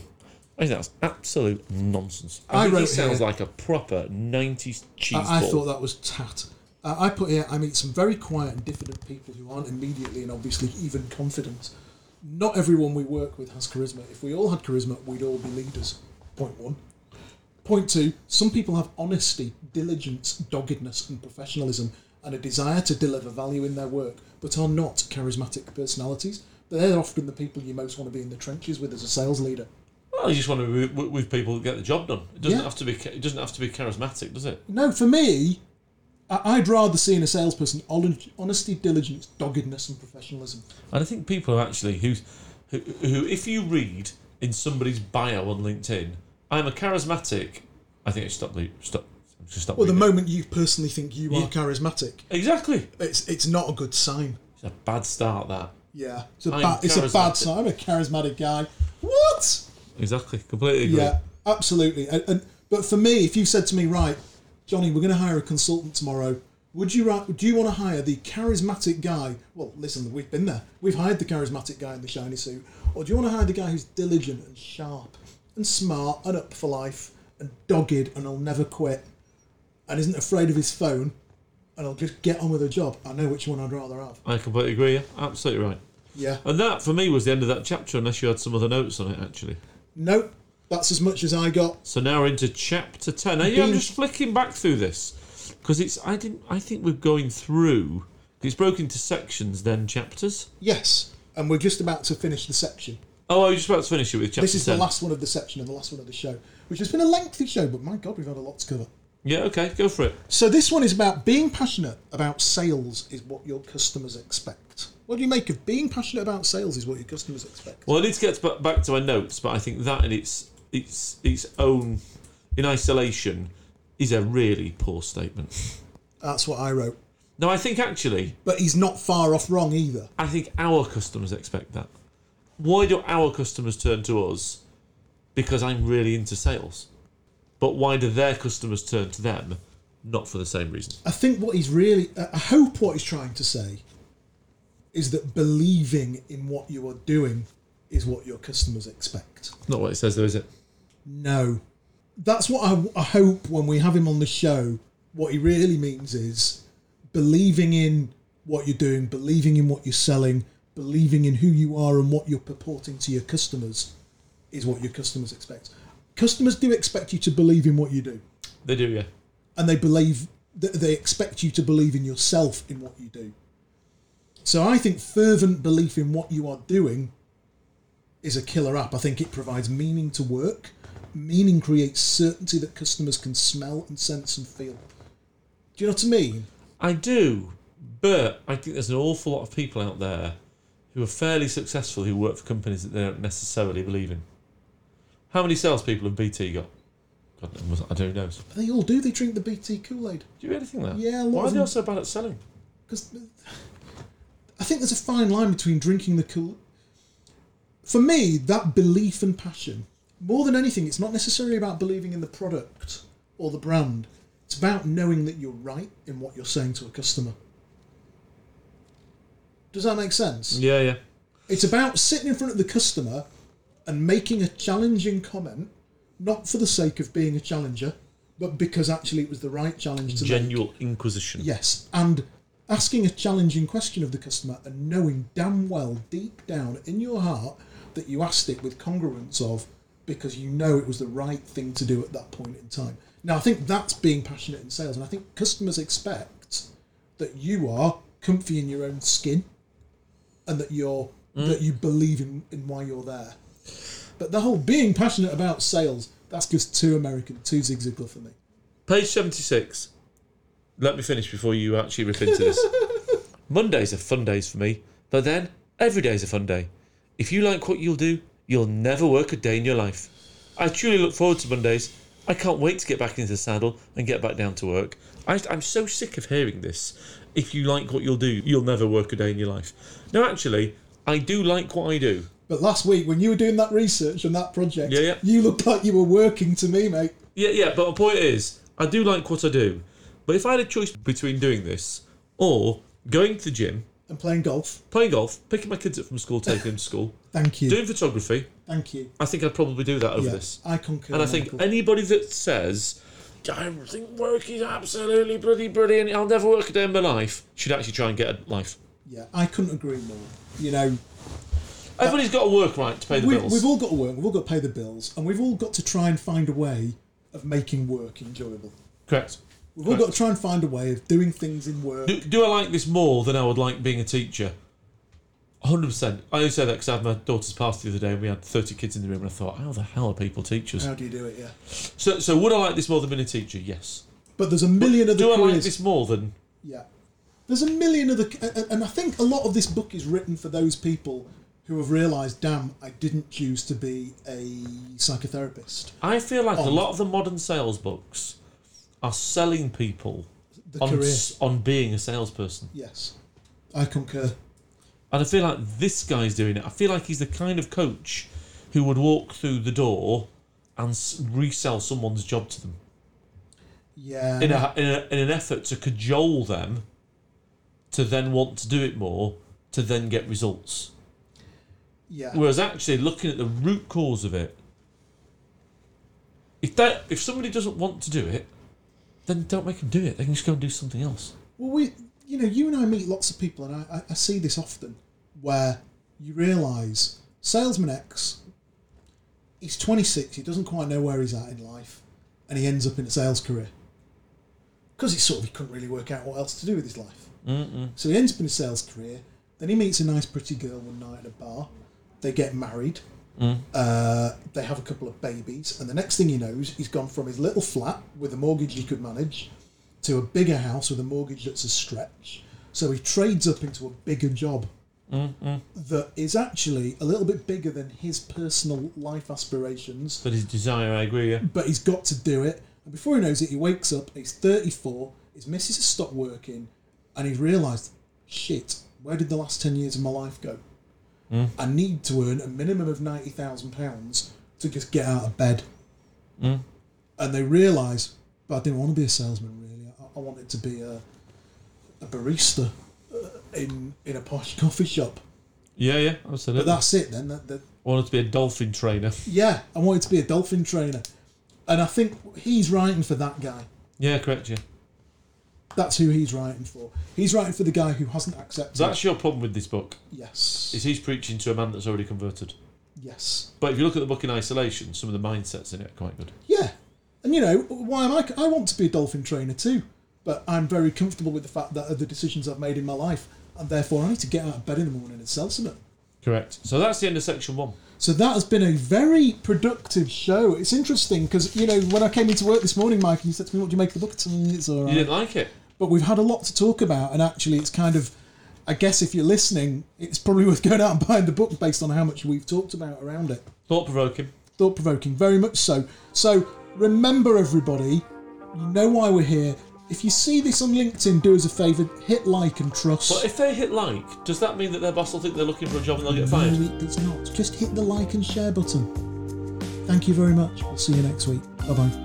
[SPEAKER 2] I think that's absolute nonsense.
[SPEAKER 1] I
[SPEAKER 2] I, think he
[SPEAKER 1] wrote
[SPEAKER 2] sounds
[SPEAKER 1] here-
[SPEAKER 2] like a proper 90s cheese
[SPEAKER 1] I, I
[SPEAKER 2] ball.
[SPEAKER 1] thought that was tat. Uh, I put here, I meet some very quiet and diffident people who aren't immediately and obviously even confident. Not everyone we work with has charisma. If we all had charisma, we'd all be leaders. Point one. Point two, some people have honesty, diligence, doggedness, and professionalism, and a desire to deliver value in their work, but are not charismatic personalities. They're often the people you most want to be in the trenches with as a sales leader.
[SPEAKER 2] Well, you just want to be with, with people that get the job done. It doesn't
[SPEAKER 1] Yeah.
[SPEAKER 2] have to be. cha- It doesn't have to be charismatic, does it?
[SPEAKER 1] No, for me, I- I'd rather see in a salesperson hon- honesty, diligence, doggedness, and professionalism.
[SPEAKER 2] And I think people are actually who, who, who, if you read in somebody's bio on LinkedIn, I'm a charismatic. I think I should stop. le- Stop. Just stop
[SPEAKER 1] Well, the
[SPEAKER 2] reading.
[SPEAKER 1] moment you personally think you are charismatic,
[SPEAKER 2] exactly.
[SPEAKER 1] it's it's not a good sign.
[SPEAKER 2] It's a bad start, that.
[SPEAKER 1] Yeah, it's a,
[SPEAKER 2] I'm
[SPEAKER 1] ba- it's a bad
[SPEAKER 2] charismatic.
[SPEAKER 1] sign. I'm a charismatic guy. What?
[SPEAKER 2] Exactly. Completely agree.
[SPEAKER 1] Yeah, absolutely. And, and but for me, if you said to me, right, Johnny, we're going to hire a consultant tomorrow. Would you ra- do you want to hire the charismatic guy? Well, listen, we've been there. We've hired the charismatic guy in the shiny suit, or do you want to hire the guy who's diligent and sharp and smart and up for life and dogged and will never quit and isn't afraid of his phone and will just get on with the job? I know which one I'd rather have.
[SPEAKER 2] I completely agree. Yeah. Absolutely right.
[SPEAKER 1] Yeah.
[SPEAKER 2] And that, for me, was the end of that chapter, unless you had some other notes on it, actually.
[SPEAKER 1] Nope. That's as much as I got.
[SPEAKER 2] So now we're into chapter 10. Now, yeah, I'm
[SPEAKER 1] Being-
[SPEAKER 2] just flicking back through this because it's, I didn't, I think we're going through, it's broken into sections, then chapters.
[SPEAKER 1] Yes. And we're just about to finish the section.
[SPEAKER 2] Oh, I was just about to finish it with chapter
[SPEAKER 1] This is
[SPEAKER 2] 10.
[SPEAKER 1] the last one of the section and the last one of the show, which has been a lengthy show, but my God, we've had a lot to cover.
[SPEAKER 2] Yeah, okay, go for it.
[SPEAKER 1] So this one is about being passionate about sales is what your customers expect. What do you make of being passionate about sales is what your customers expect?
[SPEAKER 2] Well, I need to get ba- back to my notes, but I think that in its its its own, in isolation, is a really poor statement.
[SPEAKER 1] That's what I wrote.
[SPEAKER 2] No, I think actually,
[SPEAKER 1] But he's not far off wrong either.
[SPEAKER 2] I think our customers expect that. Why do our customers turn to us? Because I'm really into sales. But why do their customers turn to them? Not for the same reason.
[SPEAKER 1] I think what he's really, uh, I hope what he's trying to say is that believing in what you are doing is what your customers expect.
[SPEAKER 2] It's not what it says, though, is it?
[SPEAKER 1] No. That's what I, I hope when we have him on the show. What he really means is believing in what you're doing, believing in what you're selling, believing in who you are and what you're purporting to your customers is what your customers expect. Customers do expect you to believe in what you do,
[SPEAKER 2] They do, yeah.
[SPEAKER 1] and they believe that they expect you to believe in yourself in what you do. So I think fervent belief in what you are doing is a killer app. I think it provides meaning to work. Meaning creates certainty that customers can smell and sense and feel. Do you know what I mean?
[SPEAKER 2] I do, but I think there's an awful lot of people out there who are fairly successful who work for companies that they don't necessarily believe in. How many salespeople have BT got? God, I must- I don't know. Do
[SPEAKER 1] They all do. They drink the BT Kool Aid
[SPEAKER 2] you really think that?
[SPEAKER 1] Yeah, a lot
[SPEAKER 2] Why
[SPEAKER 1] of
[SPEAKER 2] are they
[SPEAKER 1] them-
[SPEAKER 2] all so bad at selling?
[SPEAKER 1] because I think there's a fine line between drinking the Kool. For me, that belief and passion, more than anything, it's not necessarily about believing in the product or the brand. It's about knowing that you're right in what you're saying to a customer. Does that make sense?
[SPEAKER 2] Yeah, yeah.
[SPEAKER 1] It's about sitting in front of the customer and making a challenging comment, not for the sake of being a challenger, but because actually it was the right challenge to make.
[SPEAKER 2] Genuine inquisition.
[SPEAKER 1] Yes, and asking a challenging question of the customer and knowing damn well, deep down in your heart, that you asked it with congruence of because you know it was the right thing to do at that point in time. Now, I think that's being passionate in sales, and I think customers expect that you are comfy in your own skin and that you're that you believe in, in why you're there. But the whole being passionate about sales, that's just too American, too Zig Ziglar for me.
[SPEAKER 2] Page 76. Let me finish before you actually rip into this. Mondays are fun days for me, but then every day's a fun day. If you like what you'll do, you'll never work a day in your life. I truly look forward to Mondays. I can't wait to get back into the saddle and get back down to work. I, I'm so sick of hearing this. If you like what you'll do, you'll never work a day in your life. No, actually, I do like what I do.
[SPEAKER 1] But last week, when you were doing that research on that project,
[SPEAKER 2] Yeah, yeah.
[SPEAKER 1] you looked like you were working to me, mate.
[SPEAKER 2] Yeah, yeah, but my point is, I do like what I do. But if I had a choice between doing this or going to the gym,
[SPEAKER 1] And playing golf.
[SPEAKER 2] playing golf, picking my kids up from school, taking them to school,
[SPEAKER 1] Thank you.
[SPEAKER 2] doing photography,
[SPEAKER 1] Thank you.
[SPEAKER 2] I think I'd probably do that over this.
[SPEAKER 1] I concur.
[SPEAKER 2] And I think
[SPEAKER 1] Michael.
[SPEAKER 2] anybody that says, I think work is absolutely bloody brilliant, I'll never work a day in my life, should actually try and get a life.
[SPEAKER 1] yeah, I couldn't agree more. You know,
[SPEAKER 2] Everybody's got to work right to pay the
[SPEAKER 1] we,
[SPEAKER 2] bills.
[SPEAKER 1] we've all got to work, we've all got to pay the bills, and we've all got to try and find a way of making work enjoyable.
[SPEAKER 2] Correct.
[SPEAKER 1] We've all got to try and find a way of doing things in work.
[SPEAKER 2] Do, do I like this more than I would like being a teacher? 100%. I only say that because I had my daughter's party the other day and we had 30 kids in the room and I thought, how the hell are people teachers?
[SPEAKER 1] How do you do it? Yeah.
[SPEAKER 2] So, so would I like this more than being a teacher? Yes.
[SPEAKER 1] But there's a million other
[SPEAKER 2] Do I
[SPEAKER 1] careers.
[SPEAKER 2] like this more than...
[SPEAKER 1] Yeah. There's a million other, and- and I think a lot of this book is written for those people who have realised, damn, I didn't choose to be a psychotherapist.
[SPEAKER 2] I feel like a lot of the modern sales books are selling people
[SPEAKER 3] The
[SPEAKER 2] on,
[SPEAKER 3] career.
[SPEAKER 2] s- on being a salesperson.
[SPEAKER 1] Yes.
[SPEAKER 3] I concur.
[SPEAKER 2] And I feel like this guy's doing it. I feel like he's the kind of coach who would walk through the door and s- resell someone's job to them
[SPEAKER 1] Yeah.
[SPEAKER 2] in, a, in, a, in an effort to cajole them to then want to do it more to then get results.
[SPEAKER 1] yeah.
[SPEAKER 2] Whereas actually looking at the root cause of it, if that if somebody doesn't want to do it, then don't make them do it. They can just go and do something else.
[SPEAKER 1] Well, we, you know, you and I meet lots of people, and I, I, I see this often, where you realise salesman X, he's 26, he doesn't quite know where he's at in life, and he ends up in a sales career. Because he sort of he couldn't really work out what else to do with his life. mm So he ends up in a sales career, then he meets a nice pretty girl one night at a bar, they get married, uh, they have a couple of babies, and the next thing he knows, he's gone from his little flat with a mortgage he could manage to a bigger house with a mortgage that's a stretch. So he trades up into a bigger job that is actually a little bit bigger than his personal life aspirations,
[SPEAKER 2] But his desire, I agree. Yeah.
[SPEAKER 1] but he's got to do it. And before he knows it, he wakes up, he's 34, his missus has stopped working, and he's realised, shit, where did the last 10 years of my life go? I need to earn a minimum of £90,000 to just get out of bed. And they realise, but I didn't want to be a salesman really. I, I wanted to be a, a barista uh, in in a posh coffee shop.
[SPEAKER 2] Yeah, yeah, absolutely.
[SPEAKER 1] But that's it then. That, that,
[SPEAKER 2] I wanted to be a dolphin trainer.
[SPEAKER 1] yeah, I wanted to be a dolphin trainer. And I think he's writing for that guy.
[SPEAKER 2] Yeah, correct. Yeah.
[SPEAKER 1] That's who he's writing for. He's writing for the guy who hasn't accepted.
[SPEAKER 2] That's your problem with this book.
[SPEAKER 1] yes.
[SPEAKER 2] Is he's preaching to a man that's already converted.
[SPEAKER 1] Yes.
[SPEAKER 2] But if you look at the book in isolation, some of the mindsets in it are quite good.
[SPEAKER 1] Yeah. And you know, why am I? c- I want to be a dolphin trainer too, but I'm very comfortable with the fact that are the decisions I've made in my life, and therefore I need to get out of bed in the morning and sell something.
[SPEAKER 2] Correct. So that's the end of section one.
[SPEAKER 1] So that has been a very productive show. It's interesting because you know when I came into work this morning, Mike, and you said to me, "What do you make of the book?" I said, "Mm, It's all
[SPEAKER 2] You
[SPEAKER 1] right.
[SPEAKER 2] didn't like it.
[SPEAKER 1] But we've had a lot to talk about, and actually, it's kind of, I guess, if you're listening, it's probably worth going out and buying the book based on how much we've talked about around it.
[SPEAKER 2] Thought provoking.
[SPEAKER 1] Thought provoking, very much so. So remember, everybody, you know why we're here. If you see this on LinkedIn, do us a favour, hit like and trust.
[SPEAKER 2] But if they hit like, does that mean that their boss will think they're looking for a job and they'll get
[SPEAKER 1] no,
[SPEAKER 2] fired?
[SPEAKER 1] it does not. Just hit the like and share button. Thank you very much. We'll see you next week. Bye bye.